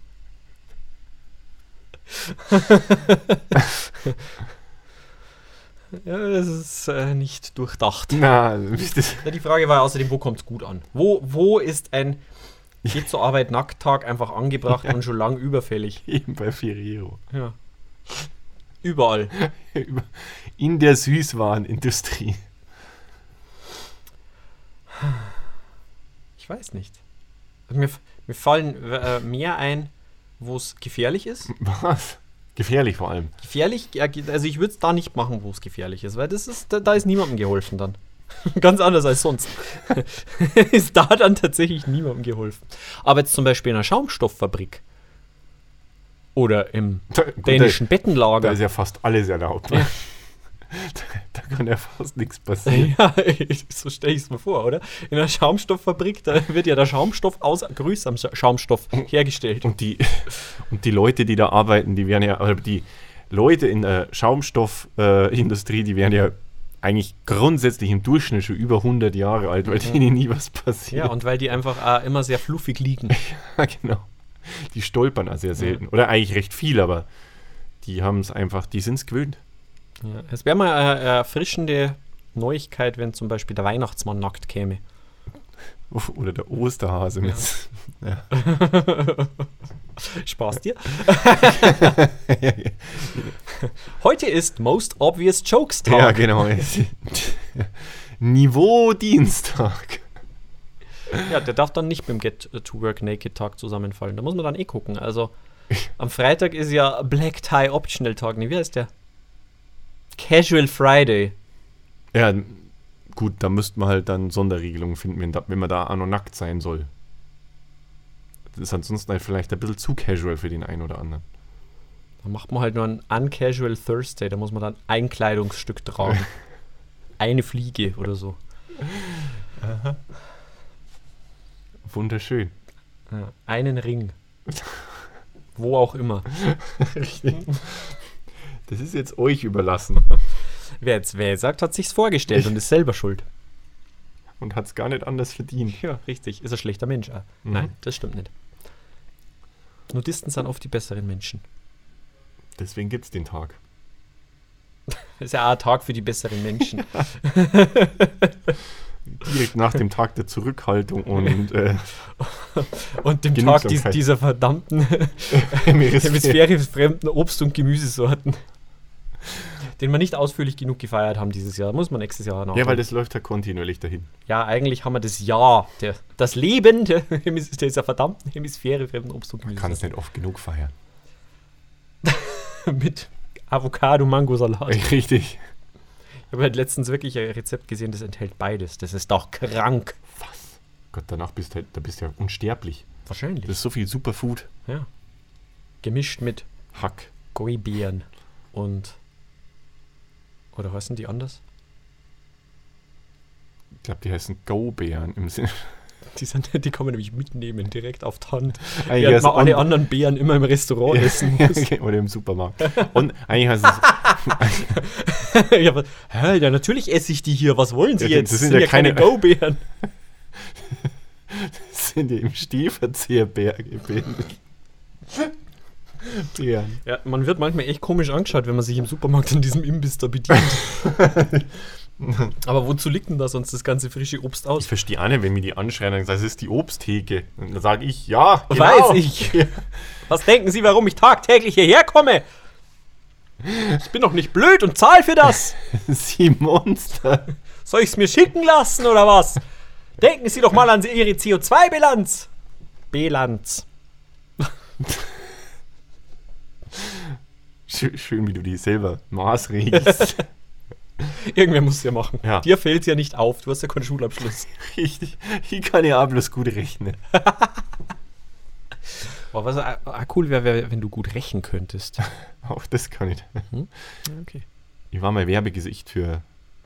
C: ja, das ist äh, nicht durchdacht.
D: Na, wisst ihr-
C: Ja, die Frage war ja außerdem, wo kommt es gut an? Wo, wo ist ein Geht zur Arbeit Nackttag einfach angebracht und schon lang überfällig?
D: eben bei Ferrero.
C: Ja. Überall.
D: Über- In der Süßwarenindustrie.
C: Ich weiß nicht. Also Mir, f- mir fallen äh, mehr ein, wo es gefährlich ist.
D: Was? Gefährlich vor allem.
C: Gefährlich, ja, ge- also ich würde es da nicht machen, wo es gefährlich ist, weil das ist, da, da ist niemandem geholfen dann. Ganz anders als sonst. ist da dann tatsächlich niemandem geholfen. Aber jetzt zum Beispiel in einer Schaumstofffabrik oder im
D: Da- gut,
C: dänischen
D: Da
C: Bettenlager.
D: ist ja fast alles erlaubt. Ne? Da, da kann ja fast nichts passieren.
C: ja, ich- so stelle ich es mir vor, oder? In einer Schaumstofffabrik, da wird ja der Schaumstoff aus grüßsam Schaumstoff hergestellt.
D: Und die, und die Leute, die da arbeiten, die werden ja, oder die Leute in der Schaumstoffindustrie, äh, Industrie, die werden ja eigentlich grundsätzlich im Durchschnitt schon über 100 Jahre alt, weil denen nie was passiert.
C: Ja, und weil die einfach äh, immer sehr fluffig liegen.
D: Ja, genau. Die stolpern auch sehr selten. Oder eigentlich recht viel, aber die haben es einfach, die sind es gewöhnt.
C: Ja, es wäre mal eine erfrischende Neuigkeit, wenn zum Beispiel der Weihnachtsmann nackt käme.
D: Oder der Osterhase mit.
C: Spaß dir. Heute ist Most Obvious Jokes Tag.
D: Ja, genau. Niveau Dienstag.
C: Ja, der darf dann nicht mit dem Get to Work Naked Tag zusammenfallen. Da muss man dann eh gucken. Also am Freitag ist ja Black Tie Optional Tag. Nee, wie heißt der? Casual Friday.
D: Ja, gut, da müssten wir halt dann Sonderregelungen finden, wenn, da, wenn man da an und nackt sein soll. Das ist ansonsten halt vielleicht ein bisschen zu casual für den einen oder anderen.
C: Da macht man halt nur einen Uncasual Thursday. Da muss man dann ein Kleidungsstück tragen. Eine Fliege oder so.
D: Wunderschön.
C: Ja, einen Ring. Wo auch immer.
D: Richtig. Das ist jetzt euch überlassen
C: Wer jetzt wer sagt, hat sich's vorgestellt und ist selber schuld.
D: und hat es gar nicht anders verdient.
C: Ja, richtig. Ist ein schlechter Mensch. Ah,
D: Mhm.
C: Nein, das stimmt nicht. Nudisten sind oft die besseren Menschen.
D: Deswegen gibt es den Tag.
C: Ist ja auch ein Tag für die besseren Menschen.
D: Direkt nach dem Tag der Zurückhaltung und äh,
C: Und dem Tag dies,
D: Genügsamkeit.
C: dieser verdammten
D: Hemisphäre.
C: hemisphärefremden Obst- und Gemüsesorten. Den wir nicht ausführlich genug gefeiert haben dieses Jahr. Muss man nächstes Jahr nachholen.
D: Ja, weil das läuft ja kontinuierlich dahin.
C: ja, eigentlich haben wir das Jahr, der, das Leben der, Hemis, dieser verdammten hemisphärefremden Obst- und
D: Man kann es
C: Gemüsesorten.
D: nicht oft genug feiern.
C: Mit Avocado-Mango-Salat.
D: Richtig.
C: Ich habe halt letztens wirklich ein Rezept gesehen, das enthält beides. Das ist doch krank.
D: Gott, danach bist du, halt- da bist du ja unsterblich.
C: Wahrscheinlich.
D: Das ist so viel Superfood.
C: ja. Gemischt mit
D: Hack.
C: Goibeeren und. Oder heißen die anders?
D: Ich glaube, die heißen Go-Bären im Sinne.
C: Die, sind, die kann man nämlich mitnehmen, direkt auf die Hand.
D: Eigentlich
C: Während
D: heißt
C: man alle
D: on-
C: anderen Beeren immer im Restaurant essen muss.
D: Okay, Oder im Supermarkt. Und eigentlich heißt es,
C: ja, aber, hä, ja, natürlich esse ich die hier. Was wollen Sie
D: Ja,
C: jetzt?
D: das sind ja keine-
C: Go-Beeren.
D: sind ja im Stehverzehr Bären.
E: Bären.
C: Ja, man wird manchmal echt komisch angeschaut, wenn man sich im Supermarkt an diesem Imbiss da bedient. Aber wozu liegt denn da sonst das ganze frische Obst
D: Ich
C: aus?
D: verstehe auch nicht, wenn mir die anschreien und sagen, das ist die Obstheke. Und dann sage ich, ja,
C: Weiß ich. Was denken Sie, warum ich tagtäglich hierher komme? Ich bin doch nicht blöd und zahl für das.
D: Sie Monster.
C: Soll ich es mir schicken lassen oder was? Denken Sie doch mal an Ihre CO2-Bilanz. Bilanz.
D: Schön, schön, wie du die selber maßregelst.
C: Irgendwer muss es ja machen.
D: Ja.
C: Dir fällt es ja nicht auf. Du hast ja keinen Schulabschluss.
D: ich, ich kann ja auch bloß gut rechnen.
C: Boah, was ah, ah, cool wäre, wär, wenn du gut rächen könntest.
D: Auch das kann ich.
C: Okay.
D: Ich war mal Werbegesicht für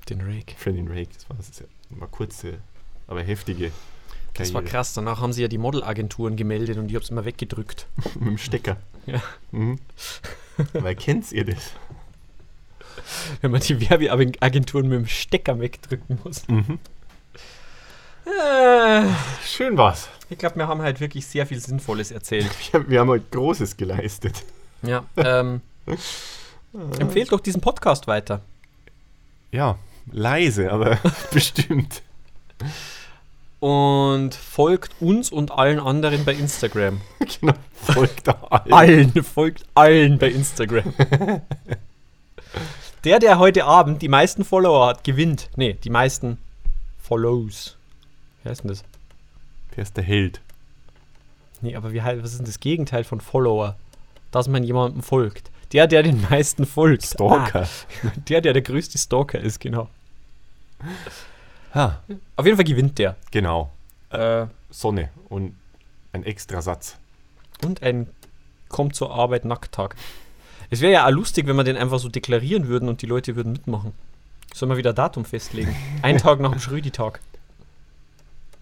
C: Den Rake.
D: Freddy Rake. Das war, das war kurze, aber heftige.
C: Das war
D: Karriere.
C: krass. Danach haben sie ja die Modelagenturen gemeldet und ich habe es immer weggedrückt.
D: Mit dem Stecker.
C: Ja.
D: Mhm. Weil kennt ihr das?
C: Wenn man die Werbeagenturen mit dem Stecker wegdrücken muss. Äh,
D: Schön war's.
C: ich glaube, wir haben halt wirklich sehr viel Sinnvolles erzählt.
D: Wir, wir haben heute Großes geleistet.
C: Ja. Ähm, empfehlt doch diesen Podcast weiter.
D: Ja, leise, aber bestimmt.
C: Und folgt uns und allen anderen bei Instagram.
D: Genau, folgt da allen.
C: Allen, folgt allen bei Instagram. Der, der heute Abend die meisten Follower hat, gewinnt. Nee, die meisten Follows. Wie heißt denn das?
D: Wer ist der Held?
C: Nee, aber wie, hei- was ist denn das Gegenteil von Follower? Dass man jemandem folgt. Der, der den meisten folgt.
D: Stalker.
C: Ah, der, der der größte Stalker ist, genau.
D: Ha.
C: Auf jeden Fall gewinnt der.
D: Genau,
C: Äh,
D: Sonne und ein extra Satz.
C: und ein kommt zur Arbeit Nacktag. Es wäre ja auch lustig, wenn wir den einfach so deklarieren würden und die Leute würden mitmachen. Sollen wir wieder Datum festlegen? Ein Tag nach dem Schrödi-Tag.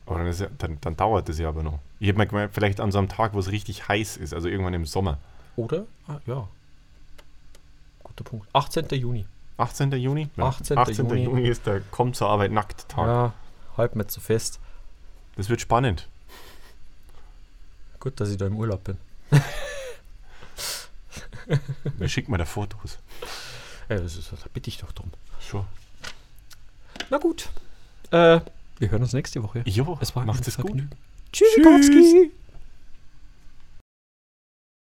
D: Aber dann, ist ja, dann, dann dauert das ja aber noch. Ich hätte mir gemeint, vielleicht an so einem Tag, wo es richtig heiß ist, also irgendwann im Sommer.
C: Oder? Ah, ja. Guter Punkt. 18. Juni.
D: 18. Juni?
C: 18.
D: 18. Juni.
C: Juni
D: ist der Komm zur Arbeit nackt Tag.
C: Ja, halb mir zu fest.
D: Das wird spannend.
C: Gut, dass ich da im Urlaub bin.
D: Wer schickt mir da Fotos?
C: Ja, das ist, da bitte ich doch drum.
D: Schon.
C: Na gut. Äh, wir hören uns nächste Woche.
D: Jo,
C: Es war ein
D: macht es gut.
C: Tschüss. Tschüss.